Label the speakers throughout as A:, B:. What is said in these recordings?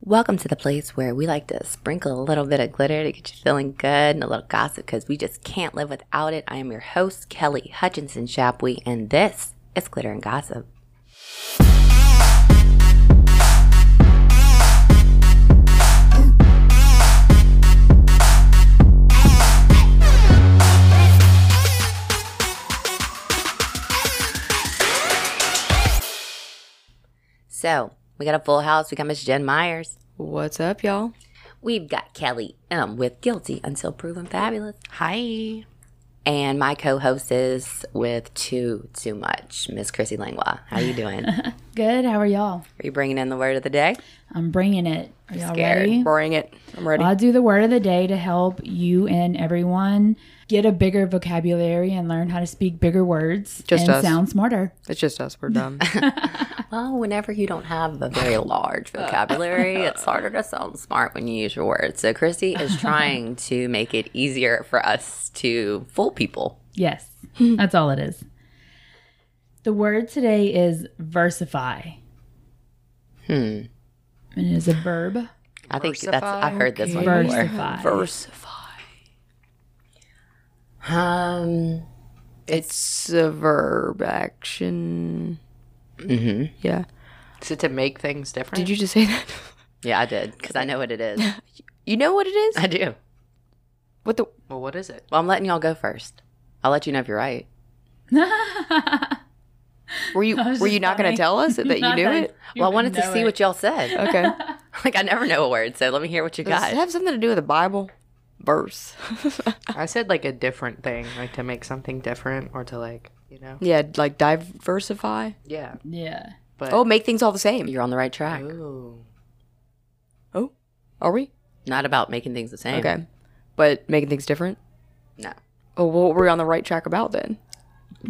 A: Welcome to the place where we like to sprinkle a little bit of glitter to get you feeling good and a little gossip because we just can't live without it. I am your host, Kelly Hutchinson Shapwee, and this is Glitter and Gossip. So, we got a full house. We got Miss Jen Myers.
B: What's up, y'all?
A: We've got Kelly M with Guilty Until Proven Fabulous.
C: Hi.
A: And my co-host is with Too Too Much, Miss Chrissy Langlois. How you doing? Are
C: Good. How are y'all?
A: you bringing in the word of the day?
C: I'm bringing it. Are y'all
A: scared.
C: ready?
B: Boring it. I'm ready.
C: I'll do the word of the day to help you and everyone get a bigger vocabulary and learn how to speak bigger words
B: Just
C: and
B: us.
C: sound smarter.
B: It's just us. We're dumb.
A: Well, whenever you don't have a very large vocabulary, it's harder to sound smart when you use your words. So Chrissy is trying to make it easier for us to fool people.
C: Yes, that's all it is. The word today is versify. Hmm. It is a verb.
A: I think that's I
B: Versify,
A: heard this one
B: okay.
A: before.
C: Versify.
B: Versify.
A: Um,
B: It's a verb action. Mm-hmm. Yeah.
D: Is it to make things different?
B: Did you just say that?
A: yeah, I did because I know what it is.
B: You know what it is?
A: I do.
B: What the?
D: well, what is it?
A: Well, I'm letting y'all go first. I'll let you know if you're right.
B: Were you?
C: was
B: Were
C: just
B: you not going
C: funny.
B: to tell us that you
C: Not
B: knew
C: that
B: it?
C: you
A: well, I wanted
C: would
A: to
C: know
A: see
C: it.
A: what y'all said.
B: Okay.
A: like I never know a word, so let me hear what you
B: Does
A: got.
B: it have something to do with the Bible? Verse.
D: I said like a different thing, like to make something different or to like, you know.
B: yeah, like diversify.
D: Yeah.
C: Yeah.
D: But
B: Oh, make things all the same.
A: You're on the right track.
D: Ooh.
B: Oh, are we?
A: Not about making things the same.
B: Okay. But making things different.
A: No.
B: Oh, well, what were we on the right track about then?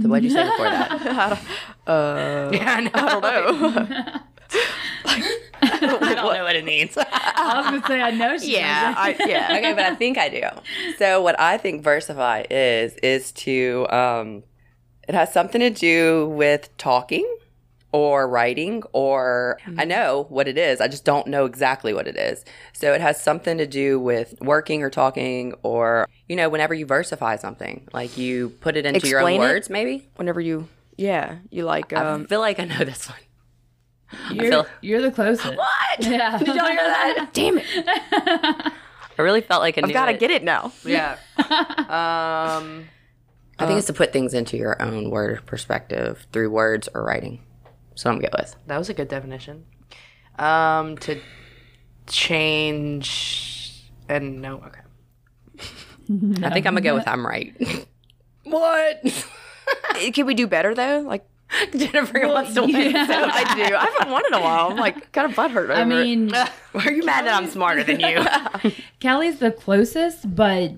A: So what did you say before that?
B: Uh,
D: Yeah, I know. I don't know.
A: I don't know what it means.
C: I was gonna say I know she.
B: yeah, I, yeah.
A: okay, but I think I do. So what I think versify is is to um it has something to do with talking or writing or I know what it is. I just don't know exactly what it is. So it has something to do with working or talking or you know whenever you versify something, like you put it into your own
B: Explain it?
A: words maybe.
B: Whenever you, yeah, you like um,
A: I feel like I know this one.
C: You're,
A: feel-
C: you're the closest.
A: What?
C: Yeah.
A: Did y'all hear that? Damn it. I really felt like I
B: I've got to get it now.
D: Yeah. um
A: I think it's to put things into your own word perspective through words or writing. So I'm good with.
D: that was a good definition. Um to change and no, okay.
A: I think I'm gonna go with I'm right. what?
B: Eh, Can we do better though? Like
A: Jennifer wants to win.
C: yeah.
A: So
B: I do. I haven't won in a while. I'm like kind of butthurt. Over
C: I mean,
A: are you mad that I'm smarter than you?
C: Kelly's the closest, but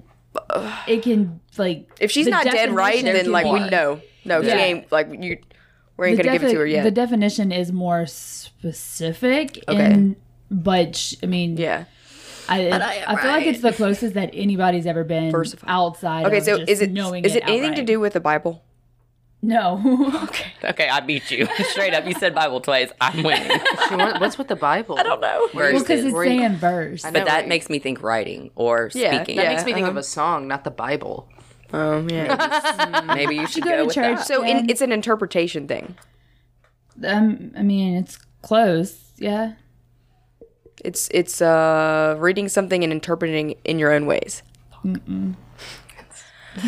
C: it can like
B: if she's
C: the
B: not dead right,
C: definition
B: then
C: can
B: like we
C: be-
B: know. No,
C: Yeah.
B: she ain't. Like you, we ain't
C: the
B: gonna give it to
C: defi-
B: her yet.
C: The definition is more specific,
B: Okay.
C: and but sh- I mean,
B: yeah.
A: I
C: I, I,
A: am
C: feel like
A: right.
C: it's the closest that anybody's ever been
B: Versified.
C: outside.
B: Okay.
C: of
B: So
C: just
B: is it
C: knowing
B: is it anything to
C: outright.
B: do with the Bible?
C: No,
A: okay, I beat you straight up. You said Bible twice. I'm winning.
D: She wa- what's with the Bible? I don't
B: No.
C: because
A: Verses.
C: it's saying verse.
A: but that
D: right?
A: makes me think writing or
B: Yeah,
A: speaking.
D: That
B: yeah.
D: makes me think of a song, not the Bible.
B: Um. Yeah.
A: Maybe you should
C: go
A: go,
C: to
A: with
C: church.
A: that.
B: so in,
C: And-
B: it's an interpretation thing.
C: Um, I mean, it's close. Yeah,
B: It's it's uh reading something and interpreting in your own ways.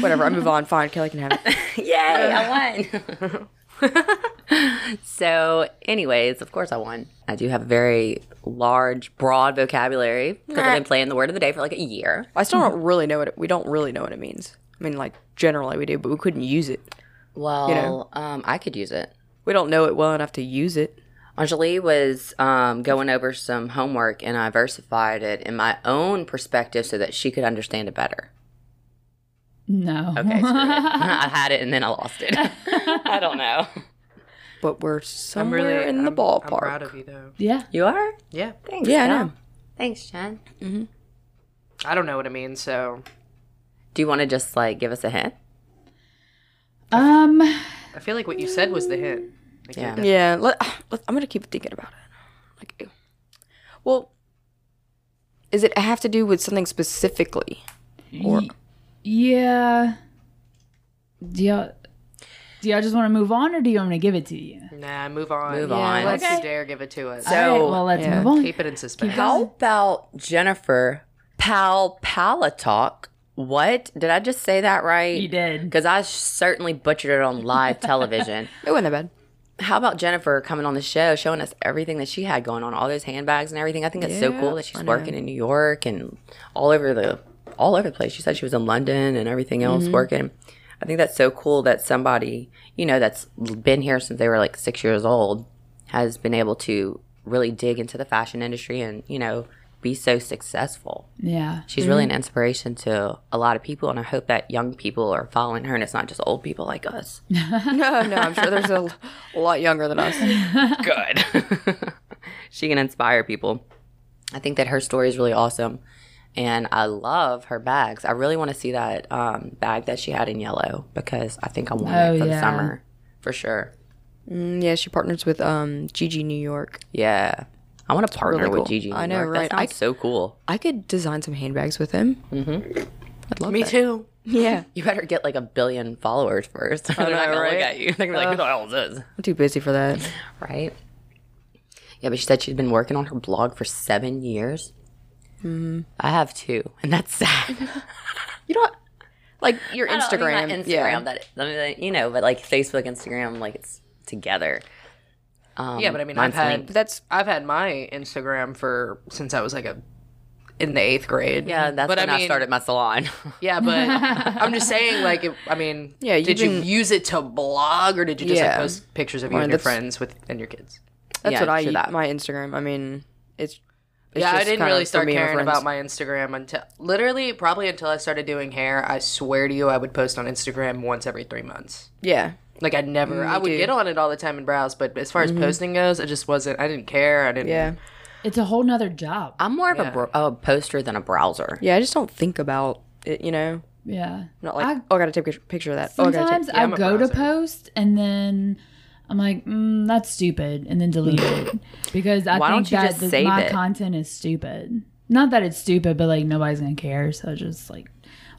B: Whatever. I move on. Fine. Kelly can have it.
A: Yay, I won. so, anyways, of course I won. I do have a very large, broad vocabulary because I've been playing the word of the day for like a year.
B: I still
D: Mm-hmm.
B: don't really know what it, we don't really know what it means. I mean, like generally we do, but we couldn't use it.
A: Well,
B: know.
A: um, I could use it.
B: We don't know it well enough to use it.
A: Anjali was um, going over some homework and I versified it in my own perspective so that she could understand it better.
C: no.
A: Okay, screw it. I had it and then I lost it. I don't know.
B: But we're somewhere in the
D: I'm-
B: ballpark.
D: I'm proud of you though.
C: yeah,
A: You are?
D: Yeah.
A: Thanks.
B: Yeah, I
A: Jen.
B: know.
A: Thanks, Jen.
D: I don't know what it means, so
A: Do you want to just like give us a hint?
C: um,
D: I feel like what you said was the hint. Like
A: Yeah.
D: yeah.
B: ah, yeah, let, let- I'm gonna keep thinking about it. Like, ew. well, Is it have to do with something specifically? Or
C: Yeah. Do y'all, do y'all just want to move on or do you want me to give it to you?
D: Nah, move on.
A: Move
D: Yeah,
A: on.
D: Let's
C: Okay.
D: dare give it to us.
A: So-
C: All right, well, let's
B: yeah,
C: move on.
D: Keep it in suspense.
A: How about Jennifer Pal Palatalk? What? Did I just say that right?
C: You did.
A: Because I certainly butchered it on live television.
B: it wasn't that bad.
A: How about Jennifer coming on the show, showing us everything that she had going on, all those handbags and everything? I think it's so
B: Yeah,
A: cool that she's working in New York and all over the all over the place. She said she was in London and everything else working. I think that's so cool that somebody, you know, that's been here since they were like six years old has been able to really dig into the fashion industry and, you know, be so successful.
C: Yeah.
A: She's really an inspiration to a lot of people, and I hope that young people are following her, and it's not just old people like us.
B: No, no, I'm sure there's a, l- a lot younger than us.
A: Good. she can inspire people. I think that her story is really awesome, and I love her bags. I really want to see that um, bag that she had in yellow because I think I want
C: Oh,
A: it for the
C: yeah.
A: summer for sure.
B: Mm, yeah, she partners with um Gigi New York.
A: Yeah, I want to partner
B: really
A: with
B: cool.
A: Gigi.
B: I
A: New
B: know,
A: York. That
B: right. I
A: sounds so cool.
B: I could design some handbags with him. Mm-hmm. I'd love
D: Me
B: that.
D: too.
B: Yeah,
A: You better get like a billion followers first. They're not
B: know,
A: gonna
B: right?
A: look at you. They're gonna be like, "Who the hell is this?"
B: I'm too busy for that.
A: right? Yeah, but she said she's been working on her blog for seven years. I have two, and that's sad.
B: You know, what? like your
A: I don't mean
B: Instagram.
A: that Instagram,
B: yeah.
A: that I mean, that- you know, but like Facebook, Instagram, like it's together. Um,
B: Mm,
D: Yeah, but I mean,
A: mine's
D: I've had-
A: linked.
B: that's
D: I've had my Instagram for since I was like a in the eighth grade.
A: yeah, Uh, that's
D: but
A: when I,
D: mean,
A: started my salon.
D: Yeah, but I'm just saying, like, it, I mean,
B: Yeah,
D: yeah,
B: you've
D: did
B: been-
D: you use it to blog or did you just
B: Yeah.
D: like post pictures of you
B: Well,
D: and your
B: that's-
D: friends with and your kids?
B: that's
A: Yeah,
B: what I
A: sure
B: use
A: that.
B: my Instagram. I mean, it's, it's
D: Yeah, I
B: just
D: didn't
B: kinda
D: really
B: for
D: start
B: me and
D: caring
B: friends.
D: about my Instagram until literally probably until I started doing hair. I swear to you, I would post on Instagram once every three months.
B: yeah.
D: Like I never, I would
B: too. Mm-hmm.
D: get on it all the time and browse, but as far as posting goes, I just wasn't. I didn't care. I didn't.
B: Yeah.
C: It's a whole nother job.
A: I'm more of a, bro- a poster than a browser.
B: Yeah, I just don't think about it, you know?
C: Yeah.
B: Not like,
C: I-
B: oh, I gotta take a pic- picture of that. Oh, I gotta take.
C: Sometimes I
D: I'm a
C: go to
D: browser.
C: post and then I'm like, mm, that's stupid, and then delete it because I
A: Why
C: think
A: don't you
C: that
A: just
C: th-
A: save
C: my
A: it?
C: content is stupid. Not that it's stupid, but like nobody's gonna care. So it's just like,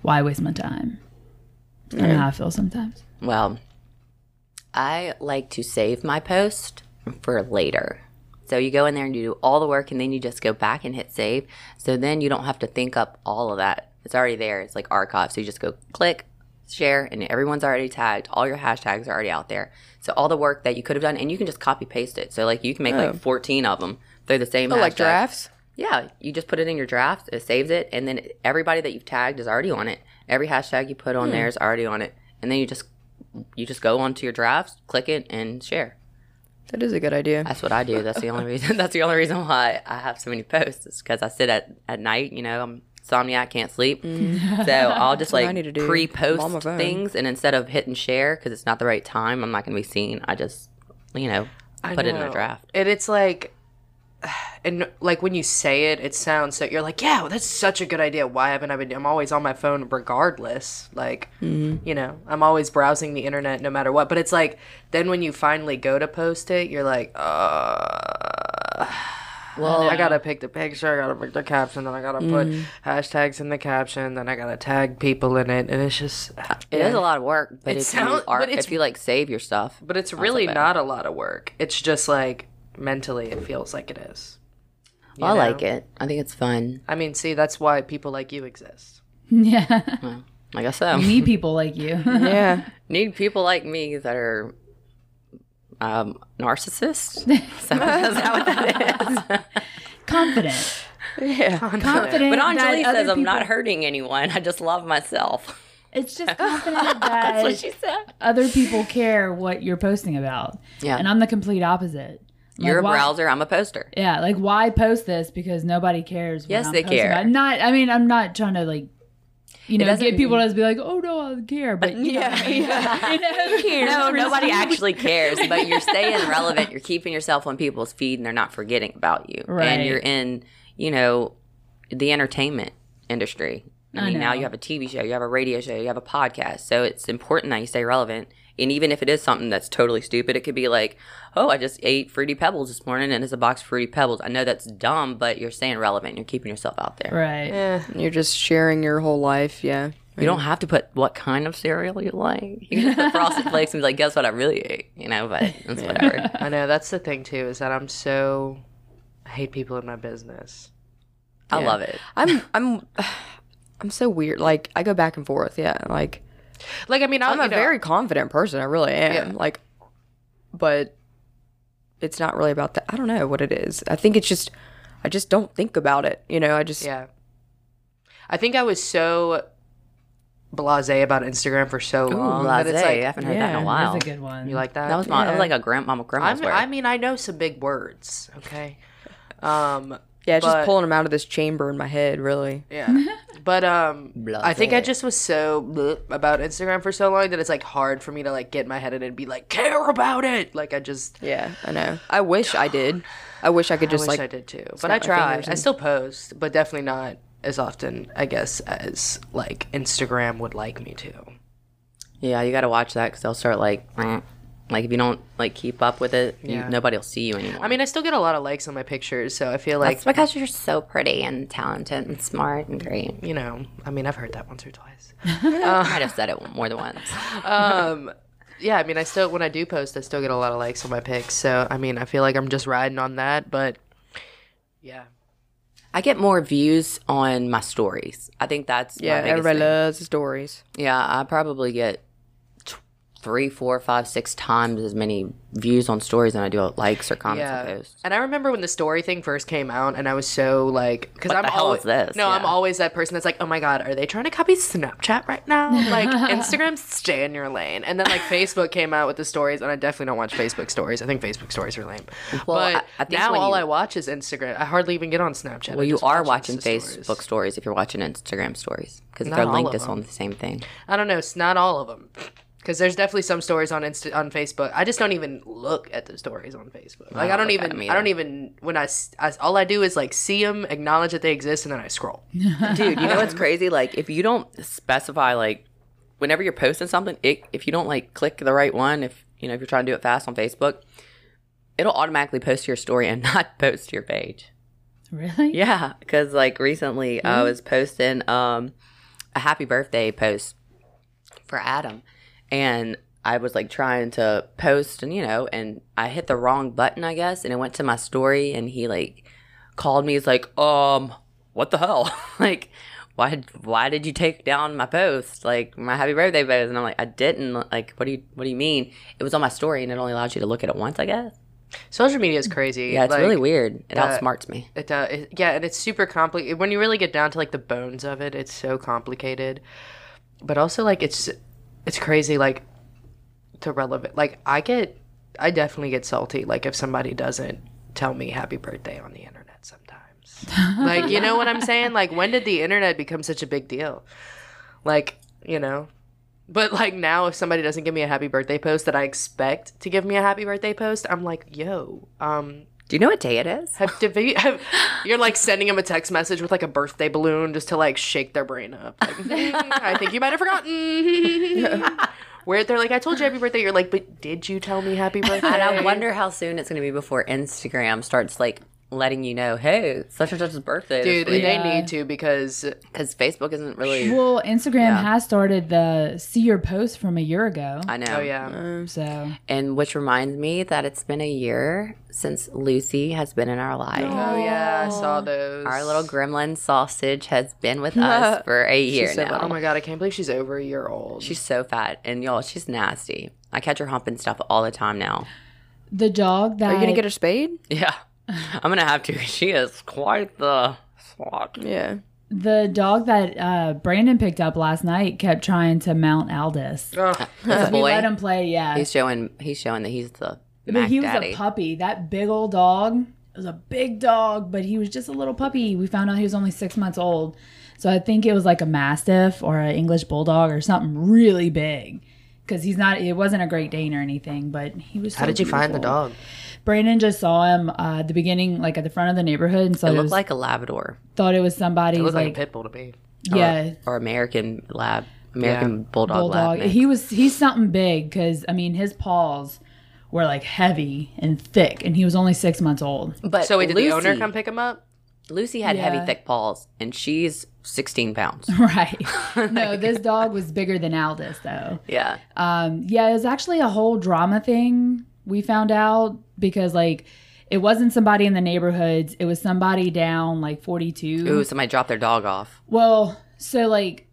C: why waste my time? I know how I feel sometimes.
A: Well, I like to save my post for later. So you go in there and you do all the work and then you just go back and hit save. So then you don't have to think up all of that. It's already there. It's like archived. So you just go click, share, and everyone's already tagged. All your hashtags are already out there. So all the work that you could have done and you can just copy paste it. So like you can make like 14 of them. They're the same.
B: Oh, like
A: hashtag.
B: drafts?
A: Yeah, you just put it in your draft, it saves it, and then everybody that you've tagged is already on it. Every hashtag you put on there is already on it, and then you just you just go onto your drafts, click it, and share.
B: That is a good idea.
A: That's what I do. That's the only reason. That's the only reason why I have so many posts is because I sit at at night. You know, I'm insomniac, can't sleep, so I'll just
B: I need
A: like
B: to do. I'm on my
A: pre-post
B: phone.
A: things, and instead of hit and share because it's not the right time, I'm not going to be seen. I just you know
D: I
A: put it in a
D: know.
A: draft.
D: And it's like, and like when you say it, it sounds so. You're like, yeah, well, that's such a good idea. Why haven't I been? I'm always on my phone, regardless. Like,
A: Mm-hmm.
D: you know, I'm always browsing the internet, no matter what. But it's like, then when you finally go to post it, you're like, uh. Well, I gotta pick the picture, I gotta pick the caption, then I gotta put
A: Mm-hmm.
D: hashtags in the caption, then I gotta tag people in it, and it's just.
A: It is a lot of work, but
D: It
A: if
D: sounds-
A: you are,
D: but it's-
A: if you like save your stuff,
D: But it's really not a lot of work. It's just like mentally, it feels like it is. You
A: I
D: know?
A: like it. I think it's fun.
D: I mean, see, that's why people like you exist.
C: yeah,
A: I guess so.
C: need people like you.
B: yeah.
A: Need people like me that are um, narcissists. Is that- is that what that is?
C: Confident,
B: Yeah.
C: confident.
A: but
C: that
A: Anjali
C: other
A: says I'm not
C: people-
A: hurting anyone. I just love myself.
C: It's just confident
A: That's what
C: that
A: she said.
C: other people care what you're posting about.
A: Yeah.
C: and I'm the complete opposite. I'm
A: You're a
C: like, why-
A: browser. I'm a poster.
C: Yeah, like why post this because nobody cares. What
A: Yes,
C: I'm
A: they
C: posting
A: care.
C: about. Not, I mean, I'm not trying to like, you know,
A: doesn't-
C: get people to be like, oh no, I don't care, but you know,
B: Yeah. yeah.
C: you
A: No,
C: know,
A: nobody actually cares, but you're staying relevant. You're keeping yourself on people's feed and they're not forgetting about you.
C: Right.
A: And you're in, you know, the entertainment industry. I,
C: I
A: mean, now
C: know.
A: you have a TV show, you have a radio show, you have a podcast. So it's important that you stay relevant And even if it is something that's totally stupid, it could be like, oh, I just ate Fruity Pebbles this morning and it's a box of Fruity Pebbles. I know that's dumb, but you're staying relevant. You're keeping yourself out there.
C: Right.
D: Eh,
B: You're just sharing your whole life. Yeah.
A: You don't have to put what kind of cereal you like. You can just put Frosted Flakes and be like, guess what I really ate? You know, but it's whatever.
D: I know that's the thing too is that I'm so I hate people in my business.
A: I love it.
B: I'm I'm I'm so weird. Like I go back and forth. Yeah. Like
D: Like I mean, I'll,
B: I'm a
D: you know,
B: very confident person. I really am. Like, but it's not really about that. I don't know what it is. I think it's just I just don't think about it. You know. I just
D: Yeah. I think I was so blasé about Instagram for so long that it's
A: Blasé. I
D: like
A: haven't heard that in a
B: yeah,
A: while.
C: That's a good one.
D: you like that.
A: That was my, that was like a grandmama grandma's
D: I'm,
A: word.
D: I mean, I know some big words. Okay. Um.
B: yeah. Just
D: But-
B: pulling them out of this chamber in my head. Really.
D: Yeah. But um, I think I
A: Blasé.
D: just was so bleh about Instagram for so long that it's like hard for me to like get my head in and be like care about it. Like I just.
B: Yeah. I know. I wish I did. I wish I could
D: I
B: just
D: wish
B: like
D: I did too, but I
B: my
D: try.
B: fingers
D: I still post, but definitely not as often, I guess, as like Instagram would like me to.
A: Yeah, you got to watch that because they'll start like, "Meh." like if you don't like keep up with it,
D: Yeah.
A: you, nobody will see you anymore.
D: I mean, I still get a lot of likes on my pictures, so I feel like
A: That's because you're so pretty and talented and smart and great.
D: you know. I mean, I've heard that once or twice.
A: I might have said it more than once.
D: Um, yeah, I mean, I still when I do post, I still get a lot of likes on my pics. So I mean, I feel like I'm just riding on that, but yeah,
A: I get more views on my stories. I think that's
B: yeah.
A: my biggest
B: Everybody
A: thing.
B: loves the stories.
A: Yeah, I probably get t- three, four, five, six times as many views on stories than I do likes or comments
D: yeah.
A: on posts.
D: And I remember when the story thing first came out, and I was so like, because
A: What
D: I'm
A: the hell
D: always
A: is this?
D: no, I'm
A: Yeah.
D: always that person that's like, oh my god, are they trying to copy Snapchat right now? Like Instagram, stay in your lane. And then like Facebook came out with the stories, and I definitely don't watch Facebook stories. I think Facebook stories are lame.
A: Well,
D: but
A: I- I think
D: now
A: when
D: all
A: you-
D: I watch is Instagram. I hardly even get on Snapchat.
A: Well,
D: I
A: you
D: just
A: are
D: watch
A: watching
D: Insta
A: Facebook
D: stories.
A: stories. if you're watching Instagram stories because
D: Not
A: they're
D: all
A: linked
D: of
A: as on
D: them.
A: the same thing.
D: I don't know. It's not all of them. Because there's definitely some stories on Insta- on Facebook. I just don't even look at the stories on Facebook. Like I
A: don't
D: don't,
A: look at 'em
D: even.
A: either.
D: I don't even when I, s- I s- all I do is like see them, acknowledge that they exist, and then I scroll.
A: Dude, you know what's crazy? Like, if you don't specify, like, whenever you're posting something, it, if you don't like click the right one, if you know if you're trying to do it fast on Facebook, it'll automatically post to your story and not post to your page.
C: really?
A: Yeah, because like recently
D: Mm-hmm.
A: I was posting um a happy birthday post for Adam, and I was like trying to post and you know, and I hit the wrong button, I guess, and it went to my story, and he like called me. He's like, um, what the hell? like, why why did you take down my post, like my happy birthday post? And I'm like, I didn't. Like, what do you what do you mean? It was on my story, and it only allows you to look at it once, I guess.
D: Social media is crazy.
A: Yeah, it's
D: Like,
A: really weird. It
D: that-
A: outsmarts me.
D: It, uh, it, yeah, and it's super complicated. When you really get down to like the bones of it, it's so complicated. But also like it's it's crazy like to relevant. Like I get I definitely get salty like if somebody doesn't tell me happy birthday on the internet sometimes. like you know what I'm saying? Like when did the internet become such a big deal? Like, you know, but like now, if somebody doesn't give me a happy birthday post that I expect to give me a happy birthday post, I'm like, yo, um,
A: Do you know what day it is?
D: have, to be- have- you're like sending them a text message with like a birthday balloon just to like shake their brain up. Like, "Mm, I think you might have forgotten. Where they're like, I told you happy birthday. You're like, but did you tell me happy birthday?
A: And I wonder how soon it's going to be before Instagram starts like letting you know, hey, such and such's birthday.
D: Dude,
A: Dude,
D: they need to because oh,
A: because Facebook isn't really.
C: Well, Instagram has started the see your post from a year ago.
A: I know.
D: oh yeah,
C: So
A: And which reminds me that it's been a year since Lucy has been in our life.
D: oh yeah, I saw those.
A: Our little gremlin sausage has been with us for a year
B: so
A: now.
D: Oh my god, I can't believe she's over a year old.
A: she's so fat, and y'all, she's nasty. I catch her humping stuff all the time now.
C: the dog that
B: Are you gonna get a spade?
A: Yeah, I'm gonna have to. She is quite the slot.
B: Yeah.
C: the dog that uh, Brandon picked up last night kept trying to mount Aldous.
D: Ugh.
A: That's a
C: We let
A: boy.
C: him play, yeah.
A: He's showing. He's showing that he's the.
C: but
A: Mac
C: he was
A: Daddy.
C: a puppy. That big old dog it was a big dog, but he was just a little puppy. We found out he was only six months old. So I think it was like a mastiff or an English bulldog or something really big. Because he's not, it wasn't a Great Dane or anything, but he was.
D: How did you find the dog?
C: Brandon just saw him uh, at the beginning, like at the front of the neighborhood, and so
A: It
C: it
A: looked
C: was,
A: like a Labrador
C: thought it was somebody.
D: It looked like,
C: like,
D: a pit bull to me.
C: yeah,
A: or American lab. American bulldog.
C: bulldog.
A: Bulldog.
C: He was he's something big because I mean his paws were like heavy and thick, and he was only six months old.
A: But
D: So wait, did
A: Lucy,
D: the owner come pick him up?
A: Lucy had
C: Yeah.
A: heavy, thick paws, and she's 16 pounds.
C: Right? No, this dog was bigger than Aldous though.
A: yeah.
C: Um, yeah, it was actually a whole drama thing we found out because like it wasn't somebody in the neighborhoods; it was somebody down like forty two.
A: Ooh, somebody dropped their dog off.
C: Well, so like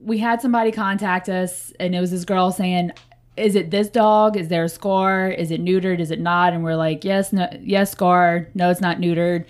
C: we had somebody contact us and it was this girl saying, Is it this dog? Is there a scar? Is it neutered? Is it not? And we're like, Yes, no yes, scar. No, it's not neutered.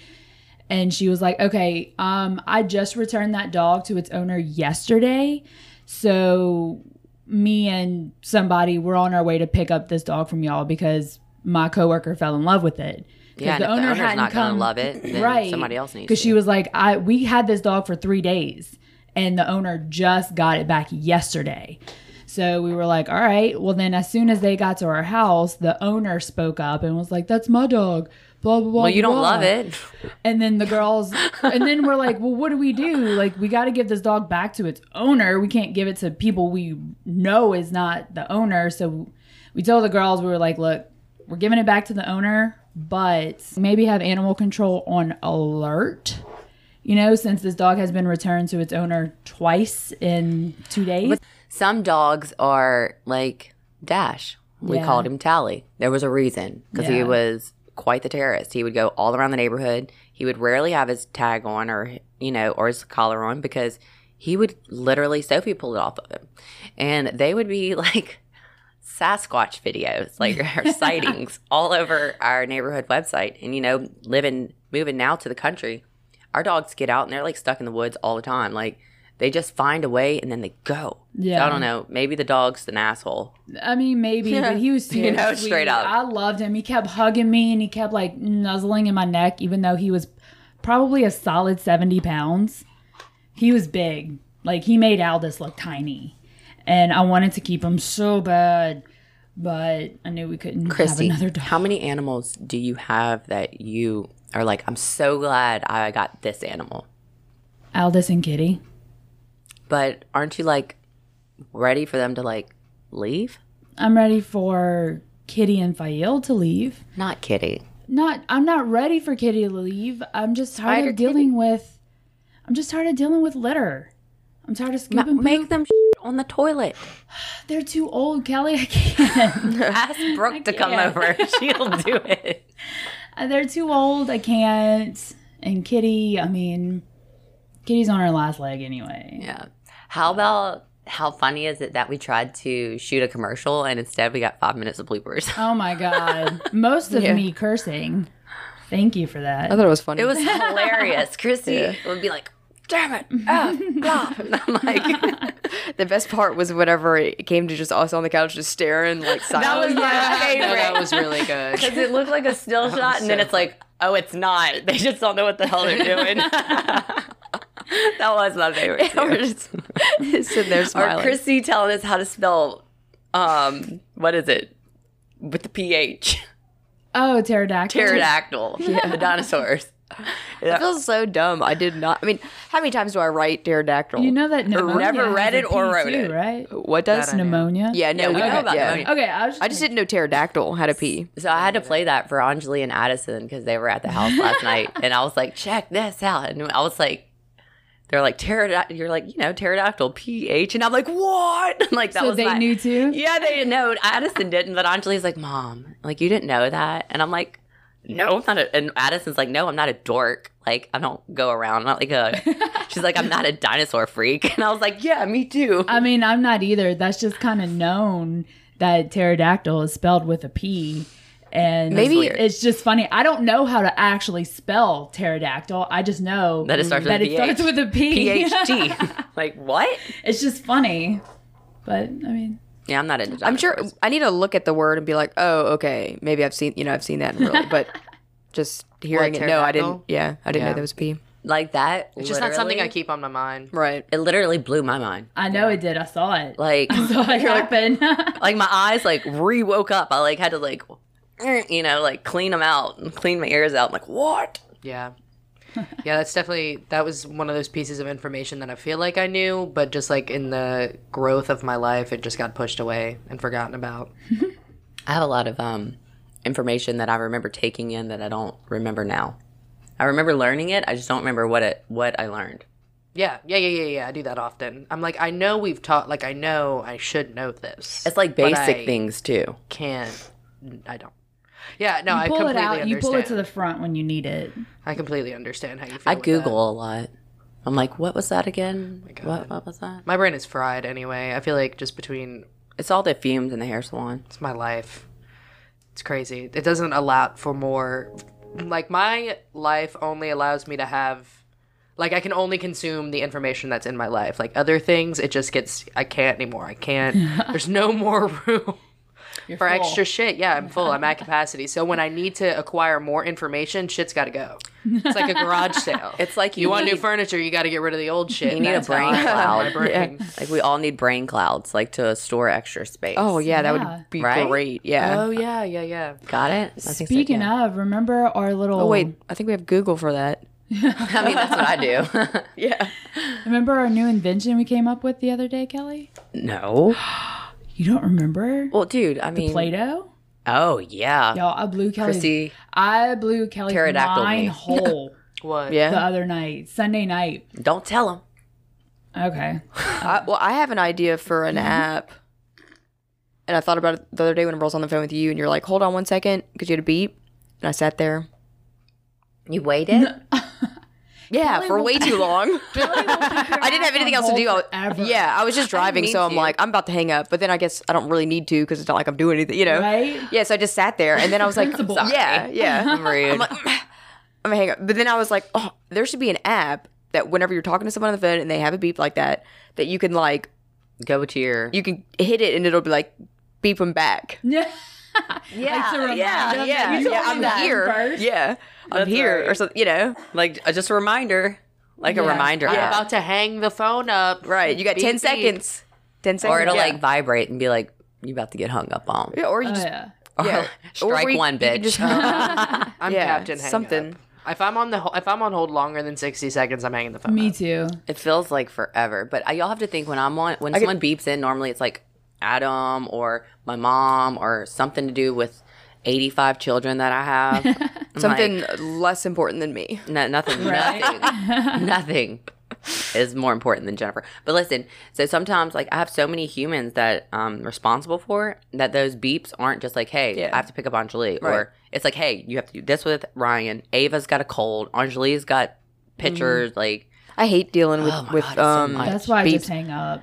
C: And she was like, Okay, um, I just returned that dog to its owner yesterday. So me and somebody were on our way to pick up this dog from y'all because my coworker fell in love with it. 'Cause
A: Yeah, and if the owner's
C: hadn't
A: not going
C: come-
A: to love it, then
C: right.
A: somebody else needs to.
C: because she was like, "I we had this dog for three days, and the owner just got it back yesterday." So we were like, "All right." Well, then as soon as they got to our house, the owner spoke up and was like, "That's my dog." Blah blah blah.
A: well, you don't
C: blah.
A: love it.
C: And then the girls, and then we're like, "Well, what do we do? Like, we got to give this dog back to its owner. We can't give it to people we know is not the owner." So we told the girls, we were like, "Look, we're giving it back to the owner, but maybe have animal control on alert." you know, since this dog has been returned to its owner twice in two days.
A: Some dogs are like Dash. We
C: Yeah.
A: called him Tally. There was a reason because he
C: Yeah.
A: was quite the terrorist. He would go all around the neighborhood. He would rarely have his tag on or, you know, or his collar on because he would literally, Sophie pulled it off of him. And they would be like Sasquatch videos, like or sightings all over our neighborhood website. And, you know, living, moving now to the country, our dogs get out and they're like stuck in the woods all the time. Like they just find a way and then they go. Yeah.
C: Yeah.
A: I don't know. Maybe the dog's an asshole.
C: I mean, maybe, but he was
A: You
C: super
A: know,
C: sweet.
A: straight up.
C: I loved him. He kept hugging me and he kept like nuzzling in my neck, even though he was probably a solid 70 pounds. He was big. Like, he made Aldous look tiny. And I wanted to keep him so bad, but I knew we couldn't
A: Christy,
C: have another dog.
A: how many animals do you have that you are like, I'm so glad I got this animal?
C: Aldous and Kitty.
A: But aren't you like ready for them to like leave?
C: I'm ready for Kitty and Fael to leave.
A: Not kitty.
C: not I'm not ready for Kitty to leave. I'm just tired
A: Spider
C: of dealing with I'm just tired of dealing with litter. I'm tired of
A: Ma-
C: scooping
A: make
C: poop.
A: them on the toilet.
C: They're too old, Kelly. I can't.
A: Ask Brooke to come
C: can't.
A: over. She'll do it.
C: They're too old. I can't. And Kitty, I mean, Kitty's on her last leg anyway.
A: Yeah. How about how funny is it that we tried to shoot a commercial and instead we got five minutes of bloopers?
C: Oh my god. Most of me cursing. Thank you for that.
B: I thought it was funny.
A: It was hilarious. Chrissy would be like, damn it. Oh, blah. And I'm like,
B: the best part was whenever it came to just us on the couch just staring like
A: was
B: silent.
A: my
D: No, that was really good.
A: because it looked like a still shot. And then it's like, oh, it's not. They just don't know what the hell they're doing. that was my favorite.
B: We're
A: too.
B: just sitting there
A: Or
B: smiling.
A: Chrissy telling us how to spell, um, what is it? With the PH,
C: oh, pterodactyl.
A: pterodactyl, the dinosaurs.
B: I feel so dumb. I did not. I mean, how many times do I write pterodactyl?
C: You know that pneumonia
A: Never
C: has
A: read
C: a
A: it or
C: P
A: wrote it.
C: too, right?
B: what does?
D: I know.
C: Pneumonia.
B: Yeah, no, we
A: we know
B: know
A: about
B: yeah.
A: pneumonia.
C: Okay, I was just,
B: I just didn't know pterodactyl had a P.
A: So I had to play that for Anjali and Addison because they were at the house last night, and I was like, "Check this out!" And I was like, "They're like pterodactyl." You're like, you know, pterodactyl, ph, and I'm like, "What?" like that
C: so
A: was
C: they
A: my-
C: knew too.
A: Yeah, they didn't know. Addison didn't, but Anjali's like, "Mom, like you didn't know that," and I'm like. No, I'm not a, and Addison's like, no, I'm not a dork. Like, I don't go around. I'm not like a, she's like, I'm not a dinosaur freak. And I was like, yeah, me too.
C: I mean, I'm not either. That's just kind of known that pterodactyl is spelled with a P. And
B: Maybe- That's weird.
C: it's just funny. I don't know how to actually spell pterodactyl. I just know
A: That it starts with
C: that
A: a
C: it starts
A: PH.
C: with a P.
A: PhD. like, what?
C: it's just funny. But I mean,
A: Yeah, I'm not into
B: I'm sure I need to look at the word and be like, oh, okay, maybe I've seen, you know, I've seen that in real life, but just hearing it, no, I didn't.
D: pterodactyl?
B: Yeah, I didn't know
D: Yeah.
B: there was a P.
A: like that.
D: It's just not something I
A: literally-
D: keep on my mind.
B: Right.
A: It literally blew my mind.
C: I know it did. I saw it.
A: Like,
C: I saw it happen.
A: like my eyes like re woke up. I like had to like, you know, like clean them out and clean my ears out. I'm like, what?
D: Yeah. yeah, that's definitely that was one of those pieces of information that I feel like I knew, but just like in the growth of my life, it just got pushed away and forgotten about.
A: I have a lot of um, information that I remember taking in that I don't remember now. I remember learning it. I just don't remember what it what I learned.
D: Yeah, yeah, yeah, yeah, yeah. I do that often. I'm like, I know we've taught, like, I know I should know this.
A: It's like
D: but
A: basic
D: I
A: things too.
D: Can't. I don't. Yeah, no, I
C: pull
D: completely
C: it out.
D: understand.
C: You pull it to the front when you need it.
D: I completely understand how you feel.
A: I
D: with that. Oh
A: Google a lot. I'm like, what was that again?
D: God.
A: what, what was that?
D: My brain is fried anyway. I feel like just between
A: It's all the fumes in the hair salon.
D: It's my life. It's crazy. It doesn't allow for more. Like, my life only allows me to have. Like, I can only consume the information that's in my life. Like, other things, it just gets. I can't anymore. I can't. There's no more room
C: You're
D: for
C: full.
D: extra shit. Yeah, I'm full. I'm at capacity. So, when I need to acquire more information, shit's got to go. It's like a garage sale.
A: It's like you,
D: you want
A: need,
D: new furniture, you got to get rid of the old shit.
A: you need a
D: That's how
A: brain
D: I have my
A: cloud.
D: brain.
A: Like we all need brain clouds, like to store extra space.
B: Oh yeah, that
C: Yeah.
B: would be
A: Right?
B: great. Yeah.
D: Oh, yeah, yeah, yeah.
A: got it. I think so,
C: Speaking
A: yeah.
C: of, remember our little.
B: oh wait, I think we have Google for that.
A: I mean that's what I do.
B: Yeah.
C: Remember our new invention we came up with the other day, Kelly?
A: no.
C: You don't remember?
A: Well, dude, I mean,
C: Play-Doh?
A: oh
B: Uh,
A: yeah,
C: Y'all, I blew Kelly's.
A: Christy.
C: I blew Kelly's
A: Pterodactyl me.
C: mind whole
D: What?
B: Yeah.
C: the other night, Sunday night.
A: Don't tell him.
C: Okay.
B: I, well, I have an idea for an app, and I thought about it the other day whenever I was on the phone with you, and you're like, "Hold on one second, because you had a beep," and I sat there.
A: You waited.
B: Yeah, for way too long. I
C: I
B: didn't have anything else to do. I
C: Forever.
B: was, yeah, I was just driving,
A: mean
B: so I'm
A: to.
B: like, I'm about to hang up, but then I guess I don't really need to because it's not like I'm doing anything, you know?
C: Right?
B: Yeah, so I just sat there, and then I was like, yeah, yeah.
A: I'm rude.
B: I'm like, "Mm, I'm gonna hang up. But then I was like, oh, there should be an app that whenever you're talking to someone on the phone and they have a beep like that, that you can like
A: Go to your.
B: you can hit it and it'll be like beep them back.
C: Yeah.
A: yeah,
B: Yeah,
C: yeah, yeah,
B: yeah,
C: you told me
B: I'm
C: that
B: here.
C: first.
B: Yeah, I'm
A: That's
B: here or
A: right.
B: something. You know,
A: like uh, just a reminder, like a
C: Yeah.
A: reminder,
D: I'm
A: app.
D: about to hang the phone up.
B: right? You got
D: Beep,
B: ten
D: beep.
B: seconds. Ten seconds,
A: or it'll
B: yeah.
A: like vibrate and be like, "You about to get hung up on."
B: yeah, or you
C: Oh,
B: just
C: yeah.
A: Or,
B: Yeah. Or
A: strike
B: we-
A: one,
B: you can
A: bitch.
B: just-
D: I'm
B: Yeah,
D: Captain Hang
B: something.
D: Up. If I'm on the ho- if I'm on hold longer than 60 seconds, I'm hanging the phone.
C: Me
D: up.
C: too.
A: it feels like forever, but I, y'all have to think when I'm on when someone beeps in. Normally, it's like Adam or my mom or something to do with 85 children that I have. I'm
B: something
A: like,
B: less important than me.
A: No, nothing, nothing, nothing is more important than Jennifer. But listen, so sometimes like I have so many humans that I'm responsible for that those beeps aren't just like, hey,
B: Yeah.
A: I have to pick up Anjali,
B: Right.
A: or it's like, hey, you have to do this with Ryan. Ava's got a cold. Anjali's got pictures.
B: Mm-hmm.
A: Like
B: I hate dealing with
A: Oh my
B: with
A: God, it's so
B: um.
A: much.
C: That's why I just
B: beeps.
C: hang up.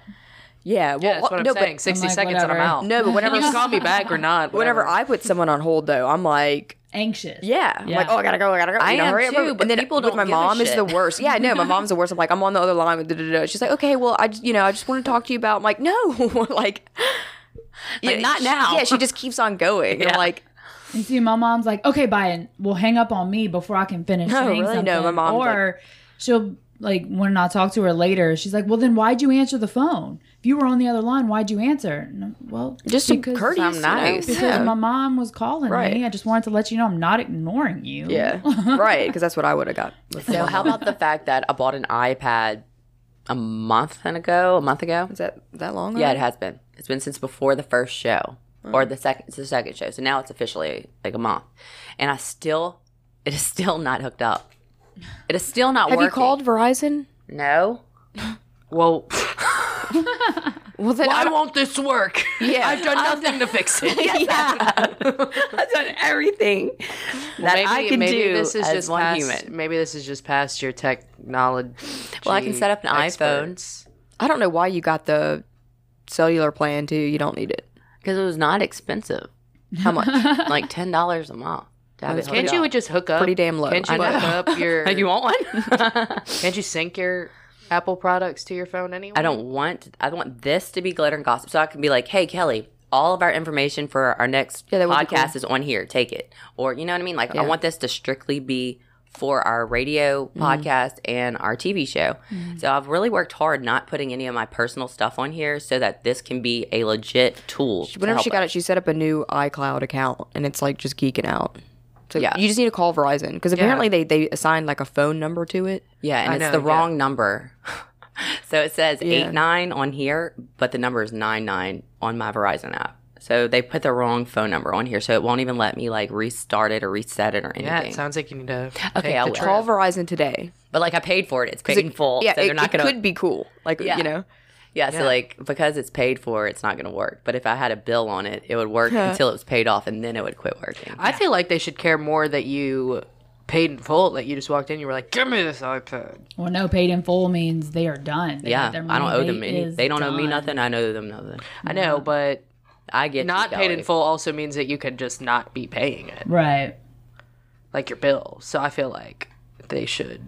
B: yeah, well,
D: Yeah, that's what I'm
B: no,
D: saying. 60
C: I'm like,
D: seconds and I'm
C: whatever.
D: out.
B: But, no, but
D: whenever
B: whenever
D: you call me back or not,
B: whenever I put someone on hold though, I'm like,
C: Anxious.
B: yeah, I'm
C: Yeah.
B: like, oh, I gotta go, I gotta go.
A: I
B: you know,
A: am
B: hurry up,
A: too,
B: hurry up.
A: but
B: and then
A: people
B: with
A: don't
B: my
A: give a
B: mom is the
A: shit.
B: worst. Yeah, no, my mom's the worst. I'm like, I'm on the other line. with da, da, da. She's like, okay, well, I, just- you know, I just want to talk to you about. I'm like, no, like,
A: Like, not
B: she-
A: now.
B: Yeah, she just keeps on going. And I'm
A: Yeah.
B: like,
C: And see, my mom's like, okay, bye, and will hang up on me before I can finish.
B: No,
A: Oh,
C: saying
B: really, no,
C: something."
B: my mom's
C: Or she'll like when I talk to her later, she's like, well, then why'd you answer the phone? If you were on the other line, why'd you answer? And I'm, well,
B: just to
C: because-
B: courteous,
A: I'm
B: you know,
A: nice.
C: because
B: yeah.
C: my mom was calling
B: Right.
C: me. I just wanted to let you know I'm not ignoring you.
B: Yeah, right. Because that's what I would have got. with
A: so,
B: my
A: how
B: mom.
A: about the fact that I bought an iPad a month and ago, a month ago?
B: is that that long?
A: Yeah, it
B: already?
A: has been. It's been since before the first show or the second it's the second show. So now it's officially like a month. And I still it is still not hooked up. It is still not
B: Have
A: working.
B: you called Verizon?
A: No.
D: well,
B: Well, then
D: why
B: I
D: won't this work?
B: Yeah.
D: I've done nothing to fix it.
B: yeah.
A: I've done everything that
D: Maybe,
A: I can
D: maybe
A: do
D: this is
A: as
D: just
A: one
D: past,
A: human.
D: Maybe this is just past your technology.
A: Well, I can set up an
D: expert.
A: iPhone
B: I don't know why you got the cellular plan too. You don't need it.
A: because it was not expensive,
B: How much?
A: like ten dollars a month. To have it hooked
D: Can't you
A: up.
D: just hook up?
B: Pretty damn low,
D: Can't you
B: I know.
D: hook up your?
A: Like you want one?
D: Can't you sync your Apple products to your phone anyway?
A: I don't want I want this to be glitter and gossip. So I can be like, hey Kelly, all of our information for our next
B: Yeah, that would be
A: podcast is on here. Take it. Or you know what I mean? Like I
B: Yeah. Mm-hmm.
A: want this to strictly be for our radio podcast and our TV show. So I've really worked hard not putting any of my personal stuff on here so that this can be a legit tool. to
B: Whenever she
A: help
B: got it, she set up a new iCloud account, and it's like just geeking out. So
A: Yeah.
B: you just need to call Verizon because apparently they they assigned like a phone number to it.
A: Yeah, and
D: I
A: it's
D: know,
A: the
D: yeah.
A: wrong number. so it says
B: Yeah.
A: eight nine on here, but the number is nine nine on my Verizon app. So they put the wrong phone number on here, so it won't even let me like restart it or reset it or anything.
D: Yeah, it sounds like you need to.
A: Okay,
D: take
A: I'll
D: the trip.
B: Call Verizon today.
A: but like I paid for it; it's paid
B: 'Cause it-
A: in full.
B: Yeah,
A: so
B: it,
A: they're not
B: it
A: gonna.
B: could be cool. Like
A: Yeah.
B: you know,
A: yeah,
D: Yeah.
A: so like because it's paid for, it's not gonna work. But if I had a bill on it, it would work until it was paid off, and then it would quit working.
D: I feel like they should care more that you paid in full. Like you just walked in, you were like, "Give me this iPad."
C: Well, no, paid in full means they are done. They
A: yeah,
C: got their
A: I don't
C: money.
A: owe
C: They
A: them any.
C: is
A: They don't owe me
C: done.
A: nothing. I know them nothing.
D: I know, but
A: I get you,
D: not paid in
A: Kelly.
D: full also means that you could just not be paying it,
C: Right.
D: like your bill. So I feel like they should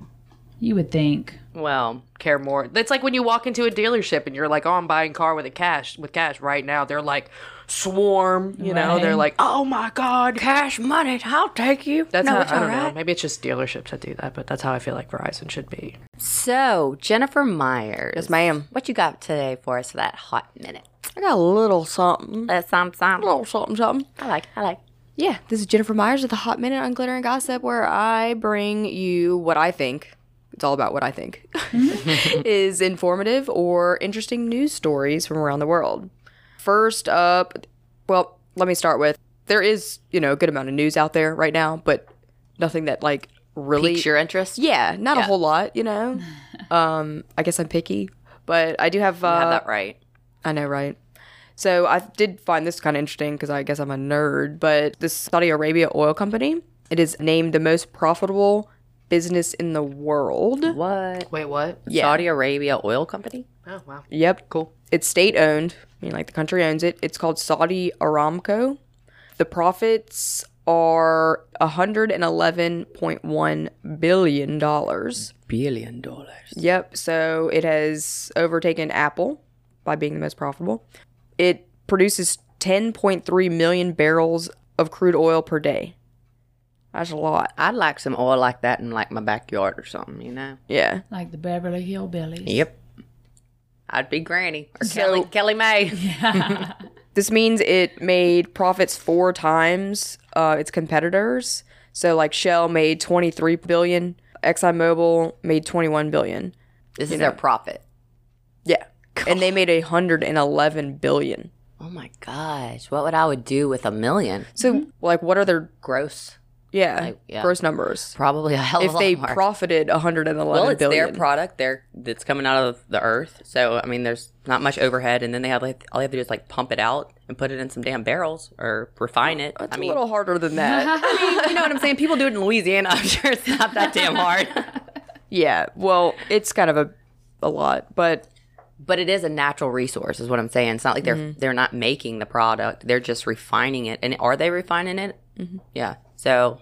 C: You would think.
A: Well,
D: care more. It's like when you walk into a dealership and you're like, "Oh, I'm buying car with a cash with cash right now." They're like, "Swarm," you know? They're like, "Oh my god,
A: cash money. I'll take you.
D: That's
A: no,
D: how,
A: it's
D: I
A: all
D: don't
A: right.
D: know. Maybe it's just dealerships that do that, but that's how I feel like Verizon should be.
A: So, Jennifer Myers.
B: Yes, ma'am.
A: What you got today for us for that hot minute?
B: I got a little something,
A: That's some
B: a little something, something.
A: I like, I like.
B: Yeah, this is Jennifer Myers with the Hot Minute on Glitter and Gossip, where I bring you what I think. It's all about what I think
A: Mm-hmm.
B: is informative or interesting news stories from around the world. First up, well, let me start with there is you know a good amount of news out there right now, but nothing that like really
A: Piques your interest?
B: yeah, not a whole lot, you know. um, I guess I'm picky, but I do have. Uh,
A: I have that right.
B: I know, right? So I did find this kind of interesting because I guess I'm a nerd, but this Saudi Arabia oil company, it is named the most profitable business in the world.
A: What?
D: Wait, what?
B: Yeah.
A: Saudi Arabia Oil Company?
D: Oh wow.
B: Yep. Cool. It's state owned. I mean, like the country owns it. It's called Saudi Aramco. The profits are 111.1 billion dollars.
A: Billion dollars.
B: Yep. So it has overtaken Apple by being the most profitable. It produces 10.3 million barrels of crude oil per day. That's a lot.
A: I'd like some oil like that in like my backyard or something, you know?
B: Yeah.
C: Like the Beverly Hillbillies.
A: Yep. I'd be Granny or Kelly, Kelly Mae.
B: This means it made profits four times uh, its competitors. So like Shell made 23 billion, ExxonMobil made 21 billion.
A: This is their profit.
B: Yeah. And they made 111 billion.
A: Oh my gosh. What would I would do with a million?
B: So like what are their
A: Gross.
B: yeah,
A: Mm-hmm. yeah.
B: gross numbers?
A: Probably a hell of
B: If
A: a lot
B: they
A: more.
B: profited 111
A: Well, it's
B: billion.
A: their product. Their that's coming out of the earth. So I mean, there's not much overhead, and then they have like all they have to do is like pump it out and put it in some damn barrels or refine it.
B: It's
A: I mean,
B: a little harder than that.
A: I mean, you know what I'm saying? People do it in Louisiana. I'm sure it's not that damn hard,
B: yeah. Well, it's kind of a a lot, but
A: but it is a natural resource, is what I'm saying. It's not like they're they're not making the product; they're just refining it. And are they refining it? Yeah. So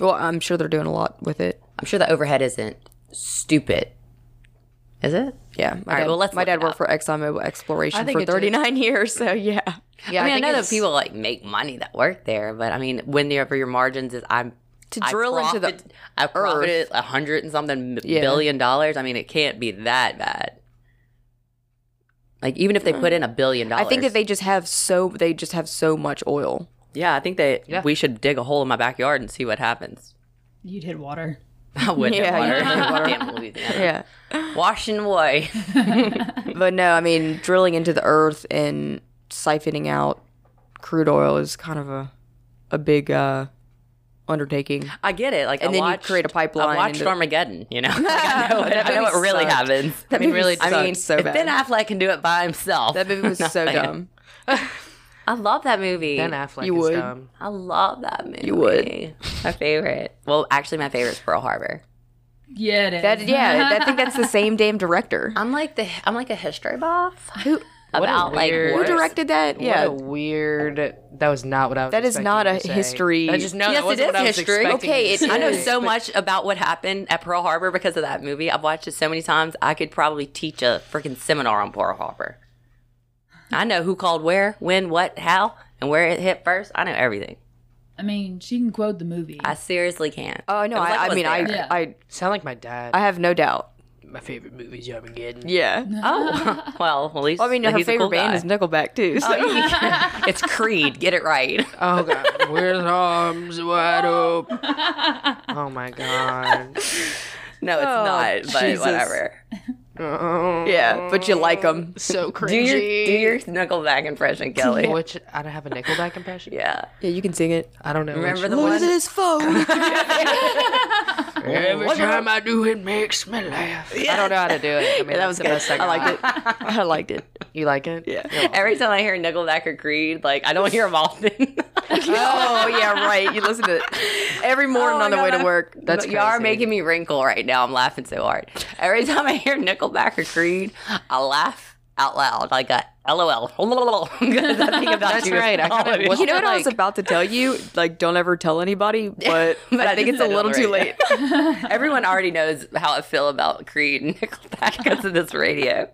B: well, I'm sure they're doing a lot with it.
A: I'm sure the overhead isn't stupid, is it?
B: Yeah. My
A: right,
B: dad,
A: well, let's
B: my
A: look
B: dad
A: it
B: worked for ExxonMobil Exploration
D: think
B: for
D: it did.
B: 39 years, so yeah.
D: Yeah,
A: I mean, I,
D: think
A: know
D: it's-
A: that people like make money that work there, but I mean, whenever your margins is, I'm
B: To
A: I
B: drill into the
A: profit- I profited a hundred and something m-
B: Yeah.
A: billion dollars. I mean, it can't be that bad. Like even if they put in a billion
B: I
A: dollars,
B: think that they just have so they just have so much oil.
A: yeah, I think that
D: Yeah.
A: we should dig a hole in my backyard and see what happens.
C: You'd hit water.
A: I wouldn't
B: Yeah,
A: water.
B: you wouldn't
A: Damn Louisiana.
B: Yeah.
A: Washing away.
B: but no, I mean, drilling into the earth and siphoning out crude oil is kind of a a big uh undertaking.
A: I get it. Like
B: And
A: I
B: then you
A: watched,
B: create a pipeline
A: I watched
B: into-
A: Armageddon. You know, Like, I know, it, I know
B: movie
A: it really
B: sucked.
A: happens.
B: That
D: mean, really
A: I
D: sucked
A: mean,
B: so
A: if
B: bad.
A: Ben Affleck can do it by himself,
B: that movie was so
A: Nothing.
B: dumb.
A: I love that movie.
D: Ben Affleck
B: You
D: is
B: would.
D: dumb.
A: I love that movie.
B: You would.
A: My favorite. Well, actually, my favorite is Pearl Harbor.
C: Yeah, it is.
B: That yeah, I think that's the same damn director.
A: I'm like the I'm like a history buff
B: Who
A: about like
D: weird-
B: who
A: wars.
B: directed that?
D: Yeah,
B: Yeah.
D: what a weird. That was not what I was.
B: That is
D: expecting
B: not
D: you
B: a
D: to say.
B: history-
D: I just no.
A: Yes,
D: that wasn't
A: it
D: what I was
A: is history.
D: expecting
B: Okay,
D: you
B: it
D: to
B: is.
A: I know
D: say.
A: so much about what happened at Pearl Harbor because of that movie. I've watched it so many times. I could probably teach a freaking seminar on Pearl Harbor. I know who called where, when, what, how, and where it hit first. I know everything.
C: I mean, she can quote the movie.
A: I seriously can.
B: Oh no,
A: It was
B: I,
A: like
B: I
A: was
B: mean I,
A: there.
C: Yeah.
B: I
D: Sound like my dad.
B: I have no doubt.
D: my favorite movies I'm getting.
B: Yeah.
A: Oh, well, at least
B: Well, I mean,
A: he's
B: her
A: a
B: favorite
A: cool
B: band
A: guy.
B: is Nickelback too. So.
A: it's Creed. Get it right.
D: Oh god, with arms wide open. Oh my god.
A: No, it's
B: Oh,
A: not. But
B: Jesus.
A: whatever.
D: Oh,
B: yeah, but you like them.
D: So cringy.
A: Do your do your Nickelback impression, Kelly.
D: Which I don't have a Nickelback impression.
A: Yeah.
B: Yeah, you can sing it.
D: I don't know.
A: Remember
D: which
A: the one?
B: this phone.
D: one. every time I do it makes me laugh. I don't know how to do it. I mean,
B: that was
D: the
B: good.
D: best I,
B: I liked it. I liked it.
D: it. You like it?
B: Yeah.
A: Every time I hear Nickelback or Creed, like I don't hear them often.
B: oh yeah, right. You listen to it every morning
A: Oh
B: on the
A: my
B: way
A: God,
B: to work.
D: That's
A: But you are
D: crazy.
A: making me wrinkle right now. I'm laughing so hard. Every time I hear Nickelback or Creed, I laugh out loud like a LOL. 'Cause I think about
D: That's
A: you.
D: right. I kinda was-
B: you know what I was
D: like-
B: about to tell you? Like, don't ever tell anybody, but,
A: But
B: I
A: I
B: think
A: just
B: it's a
A: said it
B: little too
A: already.
B: late.
A: Everyone already knows how I feel about Creed and Nickelback because of this radio.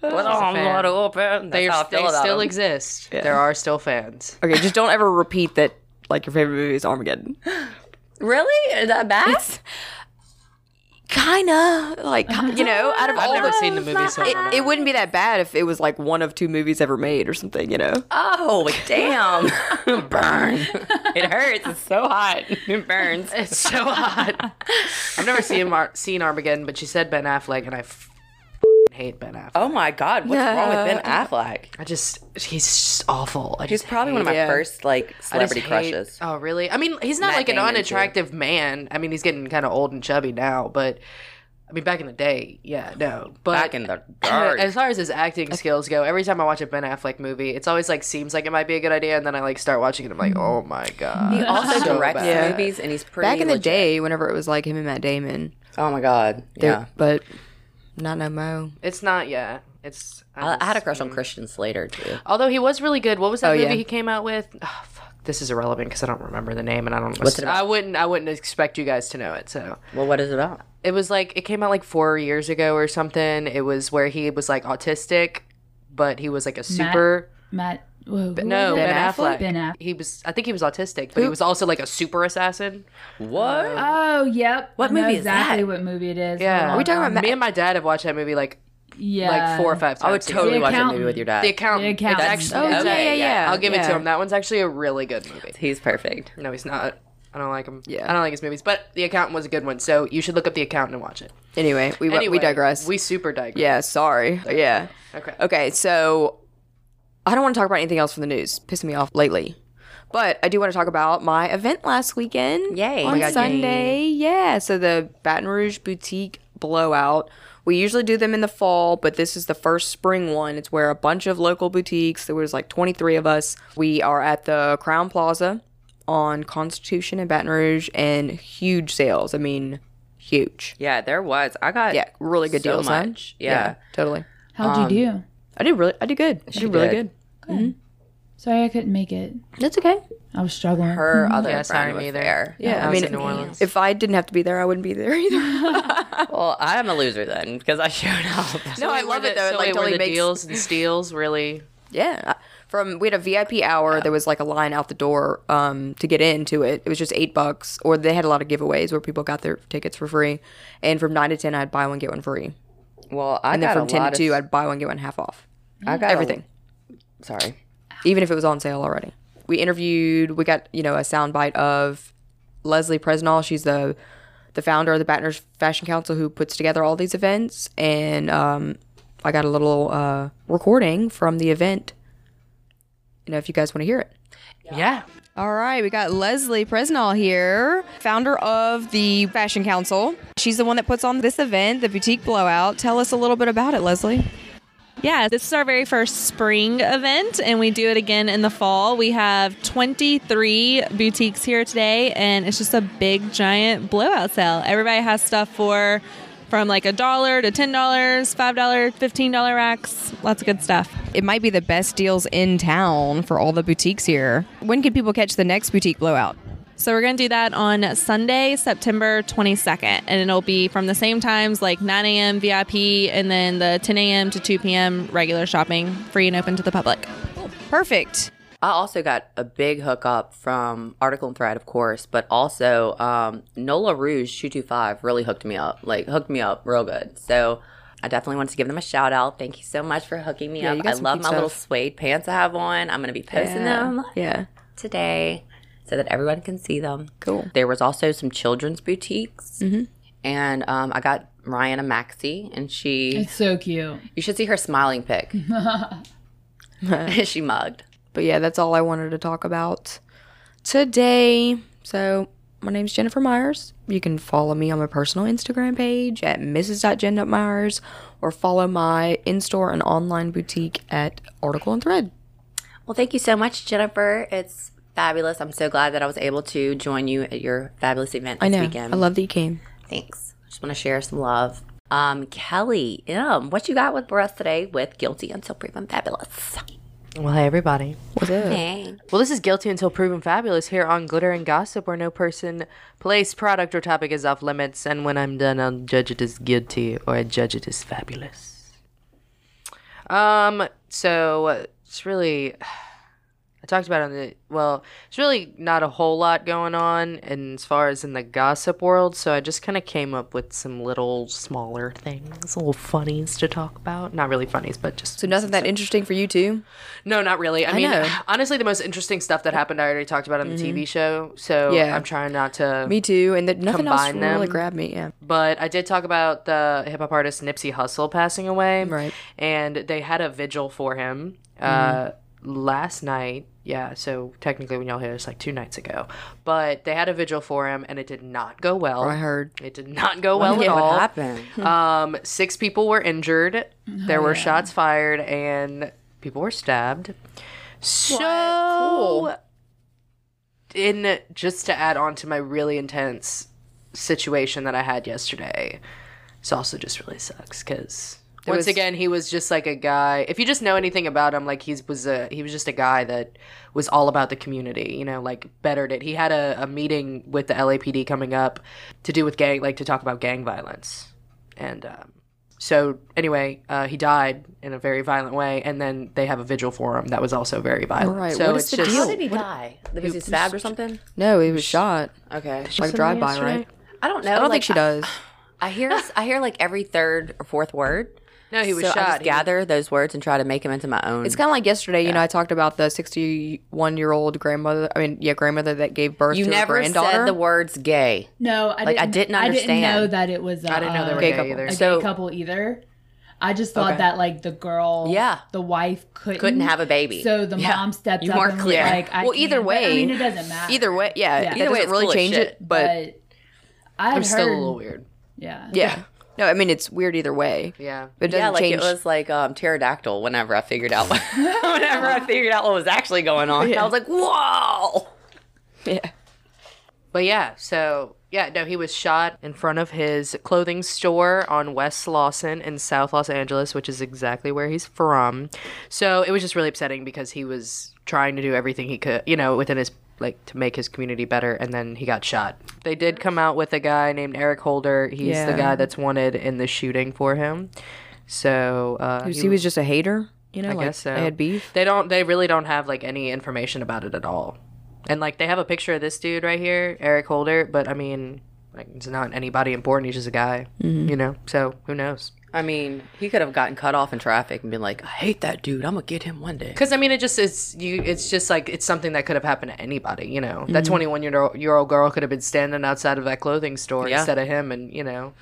A: Well, I'm
D: fan.
A: not open. That's
D: They,
A: how
D: are,
A: I feel
D: they
A: about
D: still
A: them.
D: exist. There are still fans.
B: okay, just don't ever repeat that. Like your favorite movie is Armageddon.
A: Really? Is that bad?
B: Kinda like you know, out of
D: I've
B: all
D: never
B: the,
D: seen the movie, so I don't
B: it, it wouldn't be that bad if it was like one of two movies ever made or something. You know,
A: Oh, damn. Burn. It hurts. It's so hot. It burns.
D: It's so hot. I've never seen Mar- seen Armageddon, but she said Ben Affleck, and I f- hate Ben Affleck.
A: Oh my God. What's wrong with Ben Affleck?
D: I just he's just awful. I
A: He's
D: just
A: probably one of my
B: Yeah.
A: first like
D: I just
A: celebrity
D: hate-
A: crushes.
D: Oh really? I mean, he's not
A: Matt
D: like an
A: Damon, too.
D: unattractive man. I mean, he's getting kind of old and chubby now, but I mean, back in the day, yeah, no. But
A: Back in the
D: as
A: dark.
D: far as his acting skills go, every time I watch a Ben Affleck movie, it's always like seems like it might be a good idea, and then I like start watching it. I'm like, oh my god.
A: He also
D: so
A: directs
D: bad.
A: movies, and he's pretty.
B: back in the
A: legit.
B: day, whenever it was like him and Matt Damon,
A: Oh my God. Yeah.
B: yeah, but not no mo.
D: It's not. Yeah. It's.
A: I, I had a crush on Christian Slater too.
D: Although he was really good. What was that movie
B: yeah.
D: he came out with? Oh, fuck. This is irrelevant because I don't remember the name and I don't.
A: it about?
D: I wouldn't. I wouldn't expect you guys to know it. So
A: Well, what is it about?
D: it was like it came out like four years ago or something. It was where he was like autistic, but he was like a super.
C: Matt. Whoa, who
D: No,
C: was it?
D: Ben, Affleck.
C: Ben Affleck.
D: He was. I think he was autistic, but he was also like a super assassin.
A: What?
B: Uh,
C: Oh, yep.
A: What
C: I know
A: movie is
C: exactly
A: that?
C: What movie it is? Hold
D: Yeah. Are we
C: on.
B: talking about
D: Uh, Me and my dad have watched that movie like
C: yeah.
D: like four or five times.
A: I would totally watch that
C: accountant.
A: movie with your dad.
D: The accountant.
C: The Accountant.
D: It's
C: Oh,
D: actually,
A: yeah,
D: okay,
A: yeah, yeah.
D: I'll give it
B: Yeah.
D: to him. That one's actually a really good movie.
A: He's perfect.
D: No, he's not. I don't like him.
B: Yeah.
D: I don't like his movies. But The Accountant was a good one, so you should look up The Accountant and watch it.
B: Anyway, we
D: Anyway,
B: we digress.
D: We super digress.
B: yeah, sorry. Yeah.
D: Okay.
B: Okay, so I don't want to talk about anything else from the news. Pissing me off lately. But I do want to talk about my event last weekend.
A: Yay. Oh
B: On
A: my God,
B: Sunday. Yeah. So the Baton Rouge Boutique blowout. We usually do them in the fall, but this is the first spring one. It's where a bunch of local boutiques, there was like 23 of us. We are at the Crown Plaza on Constitution in Baton Rouge and huge sales. I mean, huge.
A: Yeah, there was. I got
B: Yeah, really good
A: so
B: deals. huh?
A: much. Yeah.
B: totally.
C: How'd you do?
B: I did really, I did good. I did really
A: did.
B: good.
C: Sorry, I couldn't make it.
B: That's okay.
C: I was struggling.
A: her other
D: Yeah, sorry,
A: friend was
D: me either.
A: there.
B: Yeah,
D: I
B: I
D: was
B: mean,
D: in New Orleans.
B: if I didn't have to be there, I wouldn't be there either.
A: Well, I'm a loser then because I showed up.
B: no, I love it though.
D: So
B: it like
D: wait, were
B: totally
D: the
B: makes
D: deals and steals really.
B: yeah. From we had a VIP hour. There was like a line out the door um, to get into it. It was just eight bucks, or they had a lot of giveaways where people got their tickets for free. And from nine to ten, I'd buy one get one free.
A: Well, I
B: And then
A: got
B: from
A: a
B: ten
A: lot
B: to two,
A: Of,
B: I'd buy one get one half off.
A: I got a-
B: Everything,
A: sorry.
B: even if it was on sale already. We interviewed. We got you know a soundbite of Leslie Presnall. She's the the founder of the Baton Rouge Fashion Council who puts together all these events. And um, I got a little uh, recording from the event. You know, if you guys want to hear it.
D: Yeah.
B: All right, we got Leslie Presnell here, founder of the Fashion Council. She's the one that puts on this event, the Boutique Blowout. Tell us a little bit about it, Leslie.
E: Yeah, this is our very first spring event, and we do it again in the fall. We have 23 boutiques here today, and it's just a big, giant blowout sale. Everybody has stuff for from like a dollar to $10, $5, $15 racks, lots of good stuff.
B: It might be the best deals in town for all the boutiques here. When can people catch the next Boutique Blowout?
E: So we're going to do that on Sunday, September 22nd, and it'll be from the same times like 9 a.m. VIP and then the 10 a.m. to 2 p.m. regular shopping, free and open to the public.
B: Perfect.
A: I also got a big hookup from Article and Thread, of course, but also um, Nola Rouge 225 really hooked me up, like hooked me up real good. So I definitely wanted to give them a shout out. Thank you so much for hooking me
B: Yeah, you
A: up.
B: got
A: I
B: some
A: love my
B: cute
A: little
B: stuff.
A: suede pants I have on. I'm going to be posting them
B: Yeah.
A: today so that everyone can see them.
B: Cool. Mm-hmm.
A: There was also some children's boutiques. And um, I got Ryan a maxi, and she
C: It's so cute.
A: you should see her smiling pic. she mugged.
B: But yeah, that's all I wanted to talk about today. So my name's Jennifer Myers. You can follow me on my personal Instagram page at Mrs.JenDupMyers or follow my in-store and online boutique at Article and Thread.
A: Well, thank you so much, Jennifer. It's fabulous. I'm so glad that I was able to join you at your fabulous event this
B: I know.
A: weekend.
B: I love that you came.
A: Thanks. Just want to share some love. Um, Kelly, um, what you got with for us today with Guilty Until Proven Fabulous?
D: Well, hey, everybody.
B: What's up?
A: Hey.
D: Well, this is Guilty Until Proven Fabulous here on Glitter and Gossip, where no person, place, product, or topic is off limits. And when I'm done, I'll judge it as guilty or I judge it as fabulous. Um, so it's really, I talked about it on the, well, it's really not a whole lot going on and as far as in the gossip world. So I just kind of came up with some little smaller things, little funnies to talk about. Not really funnies, but just
B: So nothing that interesting for you too?
D: no, not really. I, mean,
B: know. Mm-hmm.
D: honestly, the most interesting stuff that happened, I already talked about on the TV show. So
B: Yeah.
D: I'm trying not to.
B: Me too. And that nothing else
D: Combine them.
B: really grabbed me. Yeah.
D: But I did talk about the hip hop artist Nipsey Hussle passing away.
B: Right.
D: And they had a vigil for him uh,
B: Mm-hmm.
D: last night. Yeah. So technically, when y'all hear this, like two nights ago. But they had a vigil for him, and it did not go well.
B: I heard.
D: It did not go well at
A: what
D: all.
A: happened? Oh,
D: Um, six people were injured. There were shots fired, and people were stabbed. So, in just to add on to my really intense situation that I had yesterday, this also just really sucks because. Once
B: was-
D: again, he was just like a guy. If you just know anything about him, like he's was a he was just a guy that was all about the community. You know, like bettered it. He had a, a meeting with the LAPD coming up to do with gang, like to talk about gang violence and um, so anyway, uh, he died in a very violent way, and then they have a vigil for him that was also very violent.
B: Right,
D: So
B: what is
D: it's
B: the
D: just
B: deal?
A: How did he die? Was he stabbed or something?
B: No, he was shot.
A: Okay.
B: Like drive by, right?
A: I don't know.
B: I don't think she does.
A: I hear I hear like every third or fourth word.
D: no, he was
A: so I
D: shot.
A: just gather those words and try to make them into my own.
B: It's kind of like yesterday, you know, I talked about the 61 year old grandmother. I mean, yeah, grandmother that gave birth
A: you
B: to her
A: never
B: granddaughter.
A: said the words gay.
C: No, I
A: Like,
C: didn't,
A: I didn't
C: I didn't
A: understand.
C: know that it was. I
D: I didn't know they were
B: gay
D: gay,
B: couple.
D: either.
C: a
A: So-
C: gay couple either. I just thought that like the girl,
A: Yeah.
C: the wife couldn't
A: Couldn't have a baby.
C: So the
A: Yeah.
C: mom stepped
A: You
C: up
A: are
C: and
A: clear.
C: was like, I
B: Well, either
C: can't. But, I
B: way-
C: mean, it doesn't matter.
B: Either way, yeah.
C: Yeah.
B: that
A: Either way,
B: doesn't
A: it's
B: really
A: full of
B: change
A: shit.
B: it, but
C: but I had
D: I'm still a
C: heard-
D: little weird.
C: Yeah,
B: yeah. No, I mean, it's weird either way.
D: Yeah.
B: But it doesn't
A: yeah, like
B: change.
A: it was like um, pterodactyl. Whenever I figured out, whenever I figured out what was actually going on, I was like, "Whoa!"
B: yeah.
D: But yeah, so yeah, no, he was shot in front of his clothing store on West Lawson in South Los Angeles, which is exactly where he's from. So it was just really upsetting because he was trying to do everything he could, you know, within his like to make his community better and then he got shot. They did come out with a guy named Eric Holder. He's
B: Yeah.
D: the guy that's wanted in the shooting for him. So uh
B: he was just a hater, you know,
D: I
B: like
D: guess so.
B: they had beef.
D: They don't. They really don't have like any information about it at all. And like they have a picture of this dude right here, Eric Holder. But I mean, like it's not anybody important. He's just a guy,
B: Mm-hmm.
D: you know. So who knows?
A: I mean, he could have gotten cut off in traffic and been like, "I hate that dude. I'm gonna get him one day."
D: Because I mean, it just it's you. It's just like it's something that could have happened to anybody, you know.
B: Mm-hmm.
D: That twenty one year old year old girl could have been standing outside of that clothing store
A: Yeah.
D: instead of him, and you know.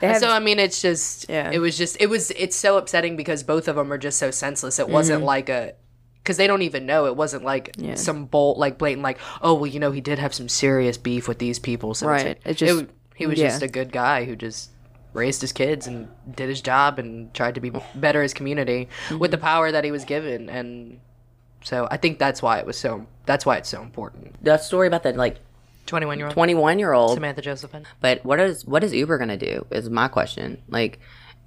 B: They
D: And
B: have-
D: so I mean, it's just
B: Yeah.
D: it was just it was it's so upsetting because both of them are just so senseless. It
B: Mm-hmm.
D: wasn't like a because they don't even know. It wasn't like some bolt like blatant like oh well you know he did have some serious beef with these people. So it's-
B: Right. It
D: It
B: just-
D: he was
B: yeah.
D: just a good guy who just raised his kids and did his job and tried to be better his community
B: Mm-hmm.
D: with the power that he was given and. So I think that's why it was so. That's why it's so important.
A: That story about the like
D: Twenty-one year old
A: 21 year old.
D: Samantha Josephine.
A: But what is what is Uber gonna do? Is my question. Like,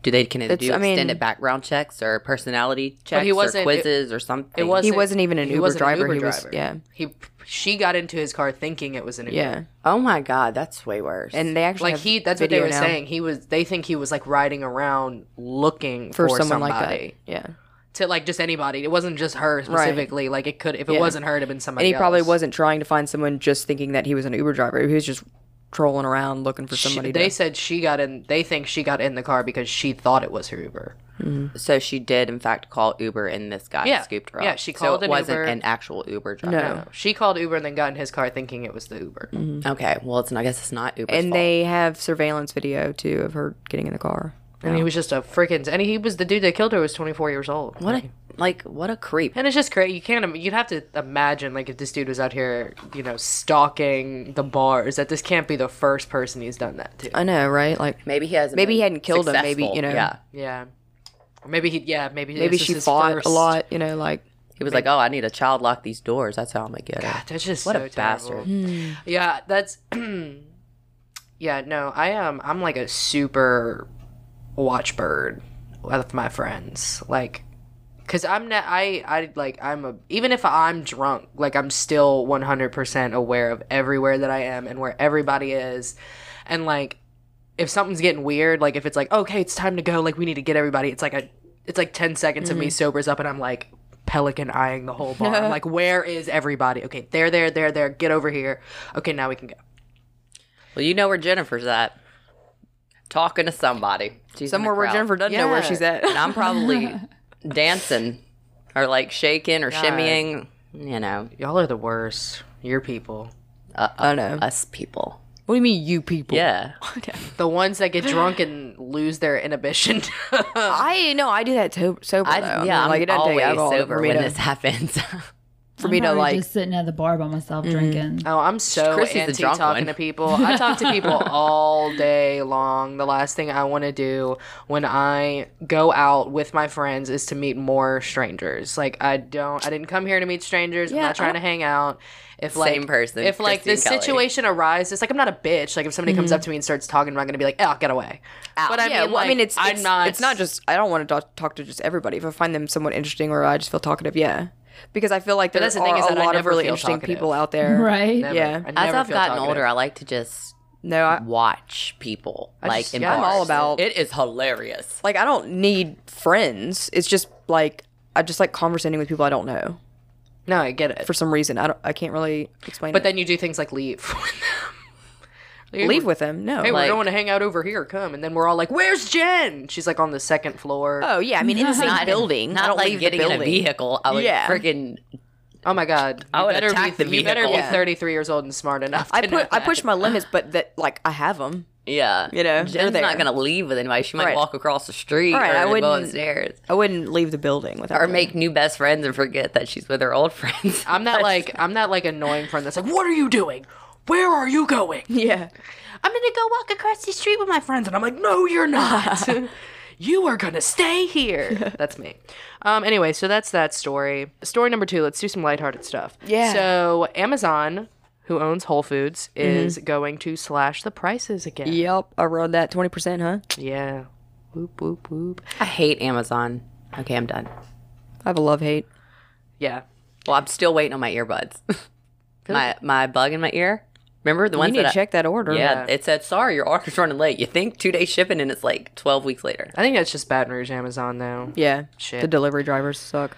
A: do they can they do
B: I mean-
A: extended background checks or personality checks
D: wasn't-
A: or
D: it-
A: quizzes or something?
D: It was.
B: He wasn't even an Uber
D: wasn't
B: driver, he was- yeah.
D: He. She got into his car thinking it was an Uber.
B: Yeah.
A: Oh my god, that's way worse.
B: And they actually
D: Like
B: have
D: he. That's what they
B: video
D: were
B: now
D: saying. He was. They think he was like riding around looking
B: for,
D: for,
B: someone
D: somebody.
B: like that. Yeah.
D: to like just anybody. It wasn't just her specifically. Like it could, if it wasn't her, it'd have been somebody.
B: and he probably
D: else.
B: wasn't trying to find someone just thinking that he was an Uber driver. He was just trolling around looking for
D: She-
B: somebody.
D: they
B: to,
D: said she got in. They think she got in the car because she thought it was her Uber.
A: So she did, in fact, call Uber, and this guy
D: Yeah.
A: scooped her up.
D: Yeah, she
A: so
D: called
A: it
D: an
A: wasn't
D: Uber.
A: an actual Uber
D: No,
B: Oh.
A: driver.
D: she called Uber and then got in his car thinking it was the Uber.
B: Mm.
A: Okay, well, it's not, I guess it's not Uber.
B: and they have surveillance video too of her getting in the car.
D: And he was just a freaking. And he was the dude that killed her was 24 years old.
A: what a like what a creep.
D: And it's just crazy. You can't. im- You'd have to imagine like if this dude was out here, you know, stalking the bars. That this can't be the first person he's done that to.
B: I know, right? Like
A: Maybe he hasn't.
B: Maybe he
A: been
B: hadn't killed him, maybe,
A: successful.
B: you know.
A: Yeah,
D: Yeah. Or maybe he. Yeah. Maybe.
B: maybe
D: this
B: she
D: is his
B: fought
D: first-
B: a lot. You know, like
A: he was like, "Oh, I need a child lock these doors. That's how I'm gonna get it."
D: That's just
A: What
D: so
A: a
D: terrible.
A: bastard.
B: Hmm.
D: Yeah. That's. yeah. No. I am. I'm like a super watch bird with my friends. Like. Cause I'm not, I, I like, I'm a, even if I'm drunk, like I'm still 100% aware of everywhere that I am and where everybody is. And like, if something's getting weird, like if it's like, okay, it's time to go, like we need to get everybody, it's like a, it's like 10 seconds of me sobers up and I'm like pelican eyeing the whole bar. I'm like, where is everybody? Okay, there, there, there, there, get over here. Okay, now we can go.
A: Well, you know where Jennifer's at. Talking to somebody. She's in the
B: somewhere where
A: crowd.
B: Jennifer doesn't know where
D: Yeah.
B: she's at.
A: And I'm probably dancing or like shaking or shimmying. You know,
D: Y'all are the worst. Your people.
B: I know.
A: us people.
B: What do you mean, you people?
A: Yeah.
D: The ones that get drunk and lose their inhibition.
B: I know I do that to- sober.
A: I,
B: though. I mean,
A: yeah, I'm
B: like it doesn't take
A: always
B: alcohol
A: sober
B: for me
A: when
B: to,
A: this happens.
B: for me to
C: Probably
B: like. Mm-hmm. Uh,
C: just sitting at the bar by myself drinking.
D: Oh, I'm so
A: Chrissy's the
D: anti
A: drunk
D: talking
A: one.
D: to people. I talk to people all day long. The last thing I want to do when I go out with my friends is to meet more strangers. Like I don't, I didn't come here to meet strangers. I'm
B: Yeah,
D: not trying to hang out. If like
A: Same person,
D: if like
A: Christine
D: this
A: Kelly.
D: situation arises, like I'm not a bitch. Like if somebody comes up to me and starts talking, I'm not gonna be like, oh, get away. But I
B: Mm-hmm. yeah,
D: mean,
B: well,
D: like,
B: I mean, it's
D: I'm
B: it's,
D: not.
B: it's not just. I don't want to talk, talk to just everybody. If I find them somewhat interesting or I just feel talkative, yeah, because I feel like there
D: that's the
B: are
D: thing is
B: a
D: that I
B: lot of
D: never
B: really
D: feel
B: interesting
D: talkative.
B: people out there.
C: Right?
D: Never.
B: yeah.
D: I
A: As
D: never
A: I've
D: feel
A: gotten
D: talkative.
A: older, I like to just
B: No, I,
A: watch people like
D: just-
A: in
D: yeah, I'm
A: bars.
B: all about-
A: it is hilarious.
B: like I don't need friends. It's just like I just like conversating with people I don't know
D: no, I get it.
B: for some reason. I don't. I can't really explain.
D: But
B: it.
D: then you do things like leave. with them.
B: leave with them. No.
D: Hey,
B: like-
D: we're going to hang out over here. Come, and then we're all like, "Where's Jen?" She's like on the second floor. Oh,
B: oh yeah, I mean in the same
A: Not-
B: building.
A: Not
B: I don't
A: like
B: leave
A: getting
B: the
A: in a
B: building.
A: vehicle. I would
B: Yeah.
A: freaking
D: Oh my god!
A: I
D: You
A: would
D: better
A: attack
D: be,
A: the
D: You better be
A: vehicle. Yeah.
D: 33 years old and smart enough. To
B: I put
D: know
B: I
D: that.
B: push my limits, but that like I have them.
A: yeah.
B: You know, they're
A: Jen's
B: there.
A: not gonna leave with anybody. She might
B: Right.
A: walk across the street
B: Right,
A: or
B: I
A: go
B: wouldn't-
A: upstairs.
B: I wouldn't leave the building without
A: or
B: them.
A: make new best friends and forget that she's with her old friends.
D: I'm not like I'm not like annoying friend that's like, "What are you doing? Where are you going?
B: yeah.
D: I'm gonna go walk across the street with my friends," and I'm like, "No, you're not." You are gonna stay here. That's me. Um, anyway, so that's that story. Story number two. Let's do some lighthearted stuff.
B: Yeah.
D: So Amazon, who owns Whole Foods,
A: Mm-hmm.
D: is going to slash the prices again.
B: Yep, I rode that twenty percent, huh?
D: Yeah. Whoop whoop whoop.
A: I hate Amazon. Okay, I'm done.
B: I have a love hate.
D: Yeah.
A: Well, I'm still waiting on my earbuds. my my bug in my ear. Remember the
B: You
A: ones
B: need to
A: that I-
B: check that order.
A: yeah, it said sorry, your order's running late. You think two days shipping and it's like twelve weeks later.
D: I think that's just Baton Rouge Amazon though.
B: yeah.
D: Shit.
B: The delivery drivers suck.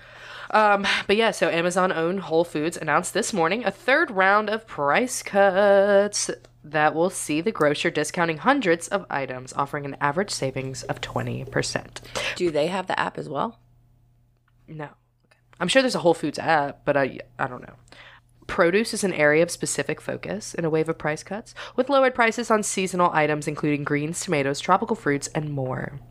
D: Um, but yeah, so Amazon owned Whole Foods announced this morning a third round of price cuts that will see the grocer discounting hundreds of items, offering an average savings of twenty percent.
A: Do they have the app as well?
D: No. I'm sure there's a Whole Foods app, but I I don't know. Produce is an area of specific focus in a wave of price cuts, with lowered prices on seasonal items including greens, tomatoes, tropical fruits, and more.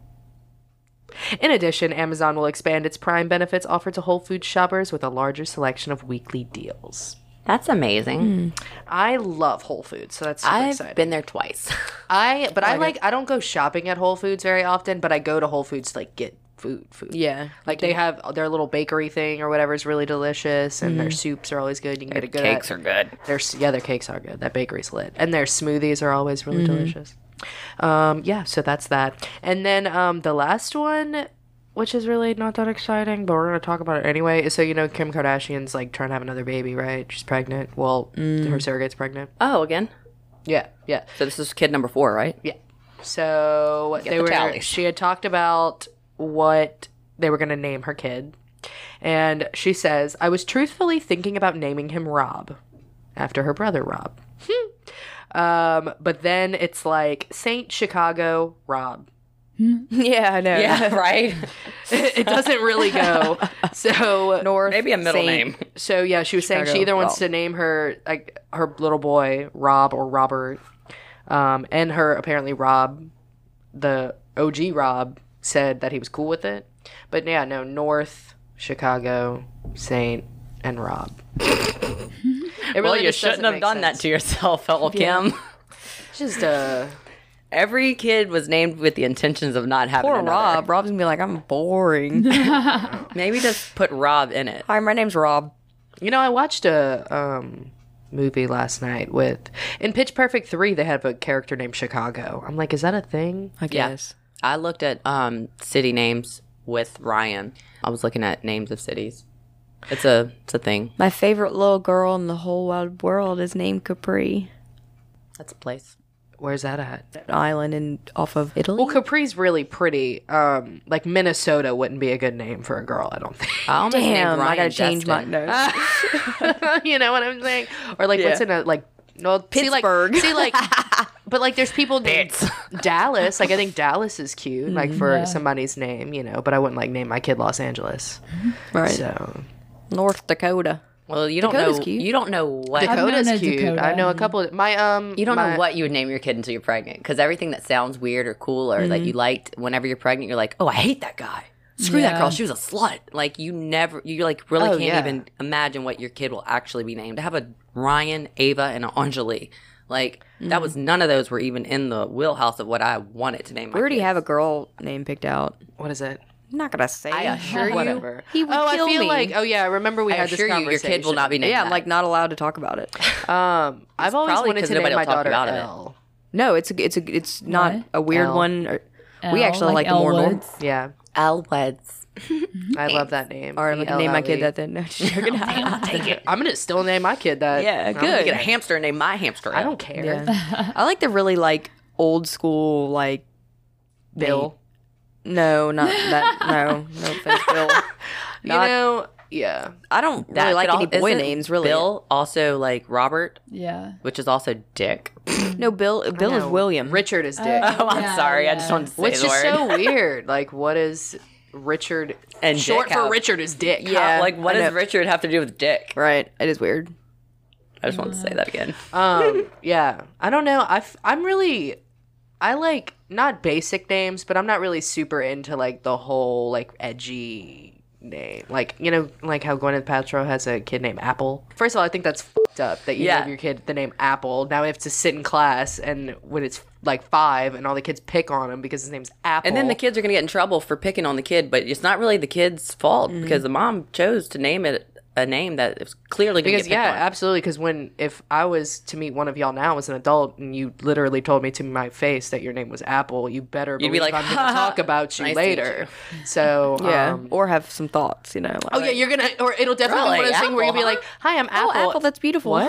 D: In addition, Amazon will expand its prime benefits offered to Whole Foods shoppers with a larger selection of weekly deals.
A: That's amazing.
D: I love Whole Foods, so that's super
A: I've
D: exciting.
A: been there twice.
D: I but I like I don't go shopping at Whole Foods very often, but I go to Whole Foods to like get food food.
B: Yeah.
D: Like they have their little bakery thing or whatever is really delicious, and their soups are always good. You can get a good uh,
A: Cakes are good.
D: Their s- yeah, their cakes are good. That bakery's lit, and their smoothies are always really delicious. Um, yeah, so that's that. And then um, the last one, which is really not that exciting, but we're gonna talk about it anyway. is So you know, Kim Kardashian's like trying to have another baby, right? She's pregnant. Well, her surrogate's pregnant.
A: Oh, again.
D: Yeah, yeah.
A: So this is kid number four, right?
D: Yeah. So they
A: the
D: were.
A: tallies.
D: She had talked about what they were going to name her kid. And she says, I was truthfully thinking about naming him Rob after her brother Rob. um, but then it's like Saint Chicago Rob.
B: Yeah, I know.
A: Yeah, right.
D: it doesn't really go. So
B: North.
A: Maybe a middle name.
D: so yeah, she was saying
B: Chicago
D: she either wants
B: Rob.
D: to name her like her little boy Rob or Robert, um, and her apparently Rob, the OG Rob, said that he was cool with it. But yeah, no North Chicago Saint and Rob. it really
A: Well, you
D: just
A: shouldn't
D: doesn't
A: have
D: make
A: done that
D: sense.
A: to yourself, fellow Kim.
D: Just uh,
A: Every kid was named with the intentions of not having
B: Poor
A: another.
B: Rob. Rob's gonna be like, I'm boring.
A: Maybe just put Rob in it.
B: Hi, my name's Rob.
D: you know, I watched a um movie last night with in Pitch Perfect three. They have a character named Chicago. I'm like, is that a thing?
B: I guess.
A: I looked at um, city names with Ryan. I was looking at names of cities. It's a it's a thing.
B: My favorite little girl in the whole wide world is named Capri.
A: That's a place.
D: Where's that at?
B: An island in off of Italy.
D: Well, Capri's really pretty. Um, like Minnesota wouldn't be a good name for a girl, I don't think.
A: I almost named
B: Damn,
A: Ryan
B: I gotta change my
A: Destin.
B: notes.
D: you know what I'm saying? Or like what's in a like well,
B: Pittsburgh.
D: See, like, see, like, but like, there's people named Dallas. Like, I think Dallas is cute, like for somebody's name, you know. But I wouldn't like name my kid Los Angeles.
B: right.
D: So
B: North Dakota.
A: Well, you don't
B: Dakota's
A: know.
B: cute.
A: You don't know what.
C: known
D: Dakota's
C: a
D: cute.
C: Dakota.
D: I know a couple. Of, my um,
A: you don't
D: my,
A: know what you would name your kid until you're pregnant, because everything that sounds weird or cool or
B: Mm-hmm.
A: that you liked, whenever you're pregnant, you're like, "Oh, I hate that guy. Screw that
C: Yeah.
A: girl. She was a slut." Like you never, you like really
D: Oh,
A: can't
D: yeah.
A: even imagine what your kid will actually be named. To have a Ryan, Ava, and an Anjali, like that was none of those were even in the wheelhouse of what I wanted to name. My
B: Mm. We already
A: kids.
B: have a girl name picked out.
D: What is it?
B: I'm not gonna say.
A: I assure you,
D: Whatever.
B: He would
D: oh,
B: kill
D: I feel
B: me.
D: like. Oh yeah, I remember we
A: I
D: had this
A: assure you, your kid will
D: conversation.
A: not be named.
B: yeah,
A: that.
B: I'm like not allowed to talk about it.
D: Um, I've always
A: probably
D: wanted
A: 'cause
D: to name
A: nobody will
D: my
A: talk
D: daughter
A: about it.
D: Elle.
B: No, it's a, it's a, it's not
C: What?
B: a weird
D: L.
B: one. Or, we
C: L,
B: actually like, the
C: Elle
B: more normal.
C: Woods.
D: Yeah,
A: Elwoods.
D: I love that name.
B: Or I'm gonna name my
D: E.
B: kid that then. No, just joking.
D: Take it. I'm gonna still name my kid that.
B: yeah,
A: I'm gonna
B: good.
A: get a hamster and name my hamster.
D: I don't care.
B: Yeah. I like the really like old school like
D: Bill.
B: no, not that no, no offense, Bill. Not-
D: you know. Yeah.
B: I don't
A: That
B: really like
A: could
B: any
A: al-
B: boy
A: isn't
B: names really.
A: Bill also like Robert,
C: Yeah.
A: which is also Dick.
B: No, Bill Bill is
D: No,
B: William.
D: Richard is Dick.
A: Oh, I'm
C: Yeah,
A: sorry. I
C: yeah.
A: just wanted to say
D: Which
A: the
D: is
A: word.
D: so weird. Like, what is Richard?
A: And
D: short
A: Dick
D: for
A: have-
D: Richard is Dick.
B: Yeah.
A: like, what
B: I
A: does
B: know.
A: Richard have to do with Dick?
B: Right. It is weird.
A: I just wanted to say that again.
D: Um. Yeah. I don't know. I f- I'm really. I like not basic names, but I'm not really super into like the whole like edgy name. Like you know, like how Gwyneth Paltrow has a kid named Apple. First of all, I think that's fucked up that you
A: Yeah.
D: give your kid the name Apple. Now we have to sit in class and when it's like five and all the kids pick on him because his name's Apple.
A: And then the kids are going to get in trouble for picking on the kid, but it's not really the kid's fault because the mom chose to name it a name that is clearly going to
D: Because
A: get
D: yeah,
A: picked on.
D: absolutely. Because when if I was to meet one of y'all now as an adult, and you literally told me to my face that your name was Apple, you better
A: You'd be like,
D: believe I'm going to talk about you
A: Nice to meet
D: later. So
B: Yeah.
D: um,
B: or have some thoughts, you know. Like,
D: oh yeah, you're gonna or it'll definitely
A: Really?
D: be one of those things where you'll be
A: Apple,
D: like, hi, I'm
B: oh,
D: Apple.
B: Apple, that's beautiful. What?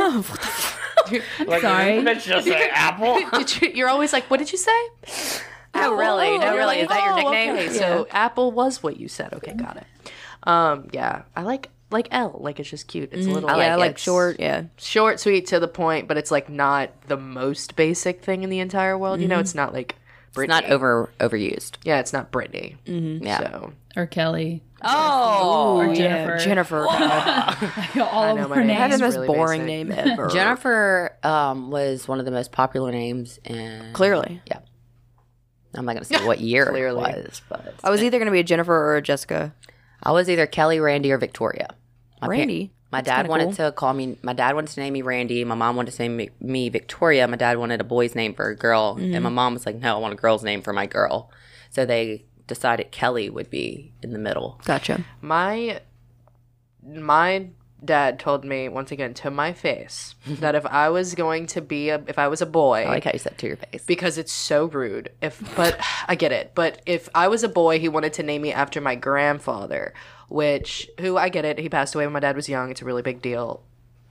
C: Sorry.
A: just say Apple.
D: Did you, you're always like, what did you say?
A: No, really. No,
D: Oh,
A: really. Is that your
D: oh,
A: nickname?
D: okay, So Apple was what you said. Okay, got it. Um, yeah, I like like L. Like it's just cute. It's a little.
B: yeah, like
D: it's-
B: short. Yeah.
D: short, sweet, to the point, but it's like not the most basic thing in the entire world. You know,
B: Mm-hmm.
D: it's not like Britney.
A: It's not Mm-hmm. over overused.
D: yeah, it's not Britney.
A: Yeah.
D: So
C: Or Kelly.
B: Oh,
C: Or
B: yeah. Jennifer. Oh, God.
C: All
D: know
C: of
D: my
C: her
D: name.
B: I have the
C: names.
D: That's
B: most
D: really
B: boring
D: basic.
B: name ever.
A: Jennifer um, was one of the most popular names in.
B: Clearly.
A: Yeah. I'm not going to say what year it
D: Clearly.
A: was, but
B: I was either gonna be a Jennifer or a Jessica.
A: I was either Kelly, Randy, or Victoria. My par-
B: Randy?
A: my dad wanted to call me. My dad wanted to name me Randy. My mom wanted to name me, me Victoria. My dad wanted a boy's name for a girl, and my
B: Mm-hmm.
A: mom was like, "No, I want a girl's name for my girl." So they decided Kelly would be in the middle.
B: Gotcha.
D: my my dad told me once again to my face that if I was going to be a if I was a boy,
A: I like how you said to your face.
D: because it's so rude. If but I get it. But if I was a boy, he wanted to name me after my grandfather, which who I get it. He passed away when my dad was young. It's a really big deal.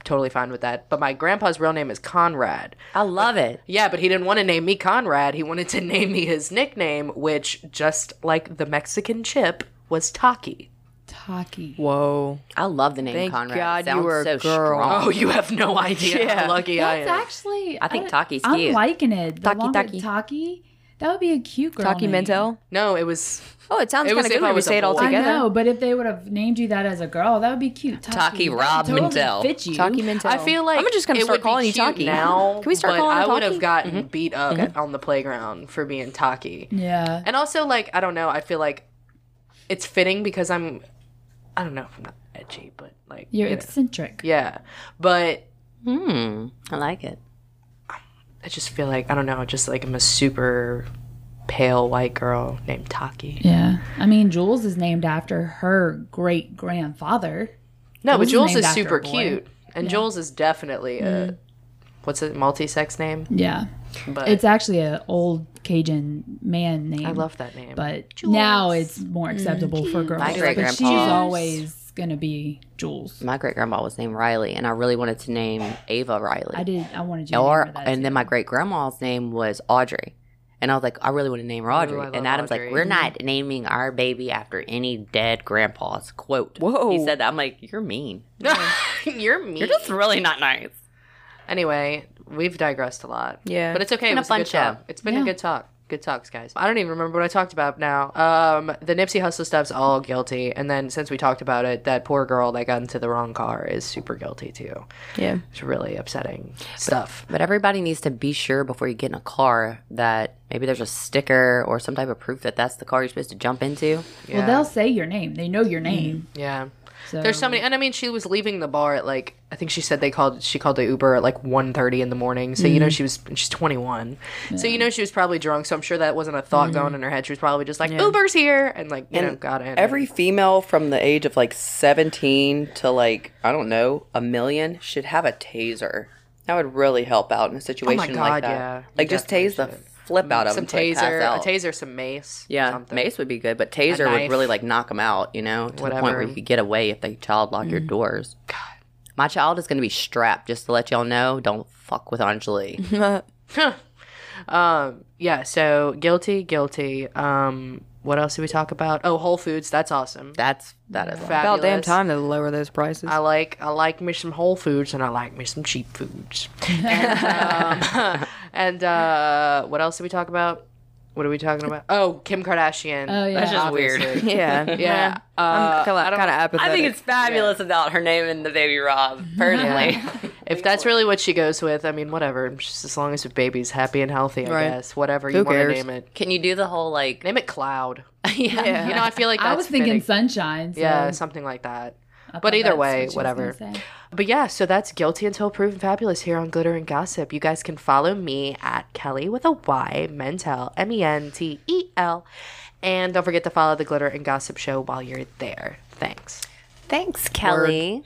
D: Totally fine with that. But my grandpa's real name is Conrad.
A: I love it.
D: Yeah, but he didn't want to name me Conrad. He wanted to name me his nickname, which just like the Mexican chip was Taki.
C: Taki.
B: Whoa.
A: I love the name
B: Thank
A: Conrad.
B: God
A: it sounds
B: you were a
A: so
B: girl.
A: strong.
D: Oh, you have no idea
B: Yeah.
D: how lucky I am.
C: That's actually.
A: I think
C: don't-
A: Taki's
C: I'm
A: cute.
C: liking it. The
B: Taki,
C: longer-
B: Taki.
C: Taki. That would be a cute girl.
B: Taki
C: name.
B: Mentel.
D: no, it was
B: Oh, it sounds
D: It
B: kind
D: was
B: of
D: if
B: good
D: I
B: when we
D: was a
B: say it all
D: boy.
C: I
B: together.
C: know, but if they would have named you that as a girl, that would be cute. Taki,
A: Taki
C: That
A: Rob
C: totally
A: Mentel.
C: Fit you.
B: Taki Mentel.
D: I feel like
B: I'm just gonna
D: it
B: start
D: would be
B: calling you
D: cute
B: Taki
D: now.
B: Can we start
D: but
B: calling him
D: I would
B: Taki? Mm-hmm.
D: have gotten beat up on the playground for being Taki.
C: Yeah.
D: And also, like, I don't know. I feel like it's fitting because I'm. I don't know if I'm not edgy, but like
C: You're
D: you know.
C: eccentric.
D: yeah. But
A: Hmm. I like it.
D: I just feel like I don't know. Just like I'm a super pale white girl named Taki.
C: Yeah. I mean, Jules is named after her great grandfather.
D: No, but
C: Jules is
D: Jules is
C: named after
D: super
C: a boy.
D: cute, and Jules is definitely
B: Mm-hmm.
D: a what's it multi-sex name.
C: Yeah.
D: But
C: It's actually an old Cajun man name.
D: I love that name.
C: But now it's more acceptable for girls.
A: My
C: but she's
A: great-grandpa.
C: always going to be Jules.
A: My great grandma was named Riley, and I really wanted to name Ava Riley.
C: I did. I wanted you to
A: Or
C: remember that.
A: and then my great grandma's name was Audrey, and I was like, I really want to name her Audrey.
D: I love
A: and Adam's
D: Audrey.
A: like, we're not naming our baby after any dead grandpa's quote.
B: Whoa.
A: He said that. I'm like, you're mean.
D: you're mean.
A: You're just really not nice.
D: Anyway, we've digressed a lot.
B: Yeah.
D: But it's okay.
A: Been a
D: It was a
A: fun
D: good
A: show.
D: talk. It's been
C: Yeah.
D: a good talk. Good talks, guys. I don't even remember what I talked about now. Um, the Nipsey Hustle stuff's all guilty. And then since we talked about it, that poor girl that got into the wrong car is super guilty too.
B: Yeah.
D: It's really upsetting stuff.
A: But everybody needs to be sure before you get in a car that maybe there's a sticker or some type of proof that that's the car you're supposed to jump into.
D: Yeah.
C: Well, they'll say your name. They know your
D: Mm.
C: name.
D: yeah.
C: So
D: There's so many, and I mean, she was leaving the bar at like I think she said they called she called the Uber at like 1.30 in the morning. So you know she was she's 21, so you know she was probably drunk. So I'm sure that wasn't a thought going in her head. She was probably just like Uber's here and like you know got in.
A: Every female from the age of like 17 to like, I don't know, a million should have a taser. That would really help out in a situation like
D: Oh God,
A: that.
D: yeah.
A: Like just tase the flip out of
D: Mm, some
A: them. till they pass
D: taser,
A: out.
D: a taser, some mace.
A: Yeah,
D: something.
A: mace would be good, but taser
D: knife.
A: would really like knock them out, you know, to the point
D: Whatever. Mm.
A: where you could get away if they child lock your doors. God. My child is going to be strapped, just to let y'all know. Don't fuck with Anjali.
D: Um, yeah. So guilty, guilty. Um, what else did we talk about? Oh, Whole Foods. That's awesome.
A: That's that is
D: Fabulous.
B: About damn time to lower those prices.
D: I like I like me some Whole Foods and I like me some cheap foods. and um, and uh, what else did we talk about? What are we talking about? Oh, Kim Kardashian.
C: Oh, yeah. That's
A: just
D: obviously.
B: yeah.
D: yeah.
B: I'm
D: Uh,
B: kind of apathetic.
A: I think it's fabulous about her name and the baby Rob. Personally,
D: if that's really what she goes with, I mean, whatever. Just as long as the baby's happy and healthy, I
B: Right.
D: guess. Whatever
B: Who
D: you want to
B: cares?
D: name it.
A: can you do the whole like?
D: Name it Cloud.
A: yeah.
B: Yeah.
D: You know, I feel like that's
C: I was thinking
D: fitting.
C: sunshine. So
D: yeah, something like that.
C: I thought
D: But either
C: that's
D: way,
C: what she was gonna
D: whatever.
C: say.
D: But yeah, so that's guilty until proven fabulous here on Glitter and Gossip. You guys can follow me at Kelly with a Y, Mentel, M E N T E L, and don't forget to follow the Glitter and Gossip show while you're there. Thanks.
A: Thanks, Kelly.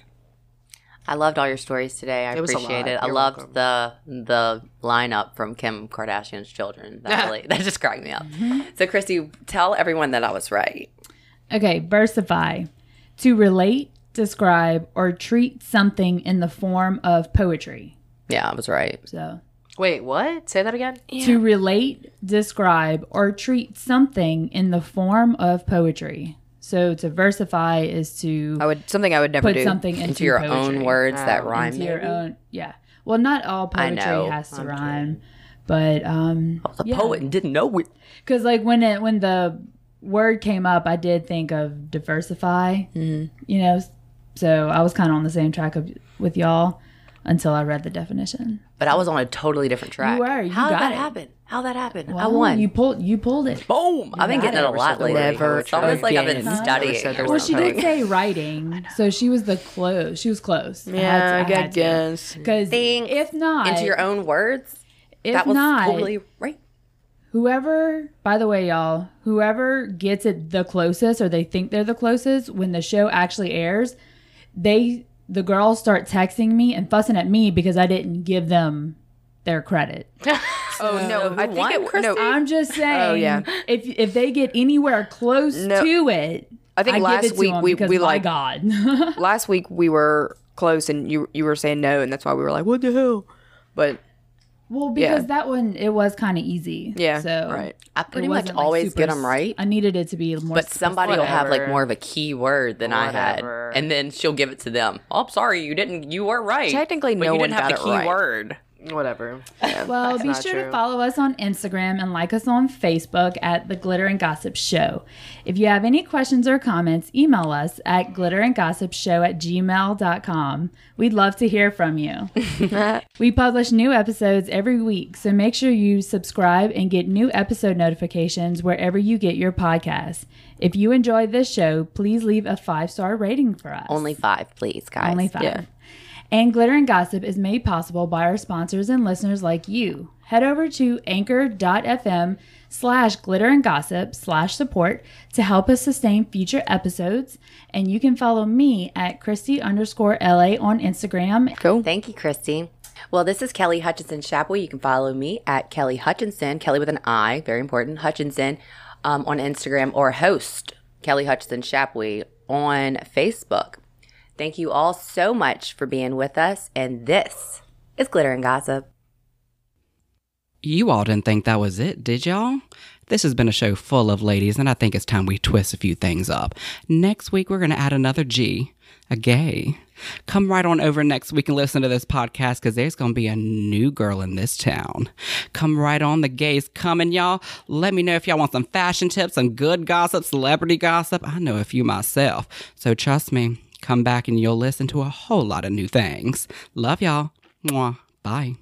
A: I loved all your stories today. I
D: It was a
A: appreciate
D: lot.
A: it. I
D: You're
A: loved the the lineup from Kim Kardashian's children. That really that just cracked me up.
C: Mm-hmm.
A: So, Christy, tell everyone that I was right.
C: Okay, versify. To relate, describe, or treat something in the form of poetry.
A: Yeah, I was right.
C: So,
D: Wait, what? Say that again?
C: to relate, describe, or treat something in the form of poetry. So, to versify is to
B: I would something I would never
C: put
B: do.
C: something into,
A: Into your
C: poetry.
A: own words that
D: Oh.
A: rhyme.
C: Into your
A: maybe?
C: own, yeah. Well, not all
A: I
C: poetry
A: know.
C: has to
A: I'm
C: rhyme, but um,
A: I was a
C: Yeah.
A: poet and didn't know it.
C: Because like when it when the word came up, I did think of diversify. You know, so I was kind of on the same track of, with y'all until I read the definition.
A: But I was on a totally different track.
C: You were. You
A: How
C: got
A: that
C: it.
A: happen? How that happened? I
C: Wow,
A: won.
C: You pulled. You pulled it.
A: Boom! I've been
C: got
A: getting
C: it.
A: it a lot lately.
B: Never
A: it's almost like I've been
B: again.
A: studying.
D: Never said
A: or
D: the
C: Well,
D: word
C: she
A: something.
C: did say writing, so she was the close. She was close.
B: Yeah, I, got guess.
C: Because
A: Think
C: if not,
A: into your own words.
C: if
A: that was
C: not,
A: totally right.
C: Whoever, by the way, y'all, whoever gets it the closest or they think they're the closest when the show actually airs, they the girls start texting me and fussing at me because I didn't give them their credit.
B: Oh no, I think
A: won,
B: it
A: Christy?
B: no.
C: I'm just saying,
B: yeah.
C: if if they get anywhere close
B: No.
C: to it,
B: I think
C: I
B: last
C: give it to
B: week
C: 'em
B: we-
C: because
B: we,
C: my
B: like-
C: God,
B: Last week we were close, and you you were saying no, and that's why we were like, what the hell? But
C: Well,
B: Yeah.
C: because that one it was kind of easy.
B: Yeah,
C: So
B: right.
A: I
C: it
A: pretty much
C: wasn't, like,
A: always
C: super
A: get 'em get
C: s-
A: them right.
C: I needed it to be more.
A: But somebody will have like
D: Whatever.
A: more of a key word than
D: Whatever.
A: I had, and then she'll give it to them. Oh, I'm sorry, you didn't. You were right.
B: Technically,
A: but
B: no
A: you
B: one
A: didn't have
B: got
A: the
B: it
A: key
B: right.
A: word.
D: Whatever.
C: Well, be
D: not
C: sure
D: true.
C: to follow us on Instagram and like us on Facebook at The Glitter and Gossip Show. If you have any questions or comments, email us at glitterandgossipshow at gmail.com. We'd love to hear from you. we publish new episodes every week, so make sure you subscribe and get new episode notifications wherever you get your podcasts. If you enjoy this show, please leave a five star rating for us.
A: Only five, please, guys.
C: Only five. And Glitter and Gossip is made possible by our sponsors and listeners like you. Head over to anchor.fm slash glitter and gossip slash support to help us sustain future episodes. And you can follow me at Christy underscore LA on Instagram.
A: Thank you, Christy. Well, this is Kelly Hutchinson Chapel. You can follow me at Kelly Hutchinson, Kelly with an I, very important, Hutchinson um, on Instagram or host Kelly Hutchinson Chapwee on Facebook. Thank you all so much for being with us. And this is Glitter and Gossip.
F: You all didn't think that was it, did y'all? This has been a show full of ladies, and I think it's time we twist a few things up. Next week, we're going to add another G, a gay. Come right on over next week and listen to this podcast because there's going to be a new girl in this town. Come right on, the gays coming, y'all. Let me know if y'all want some fashion tips, some good gossip, celebrity gossip. I know a few myself. So trust me, come back and you'll listen to a whole lot of new things. Love y'all. Mwah. Bye.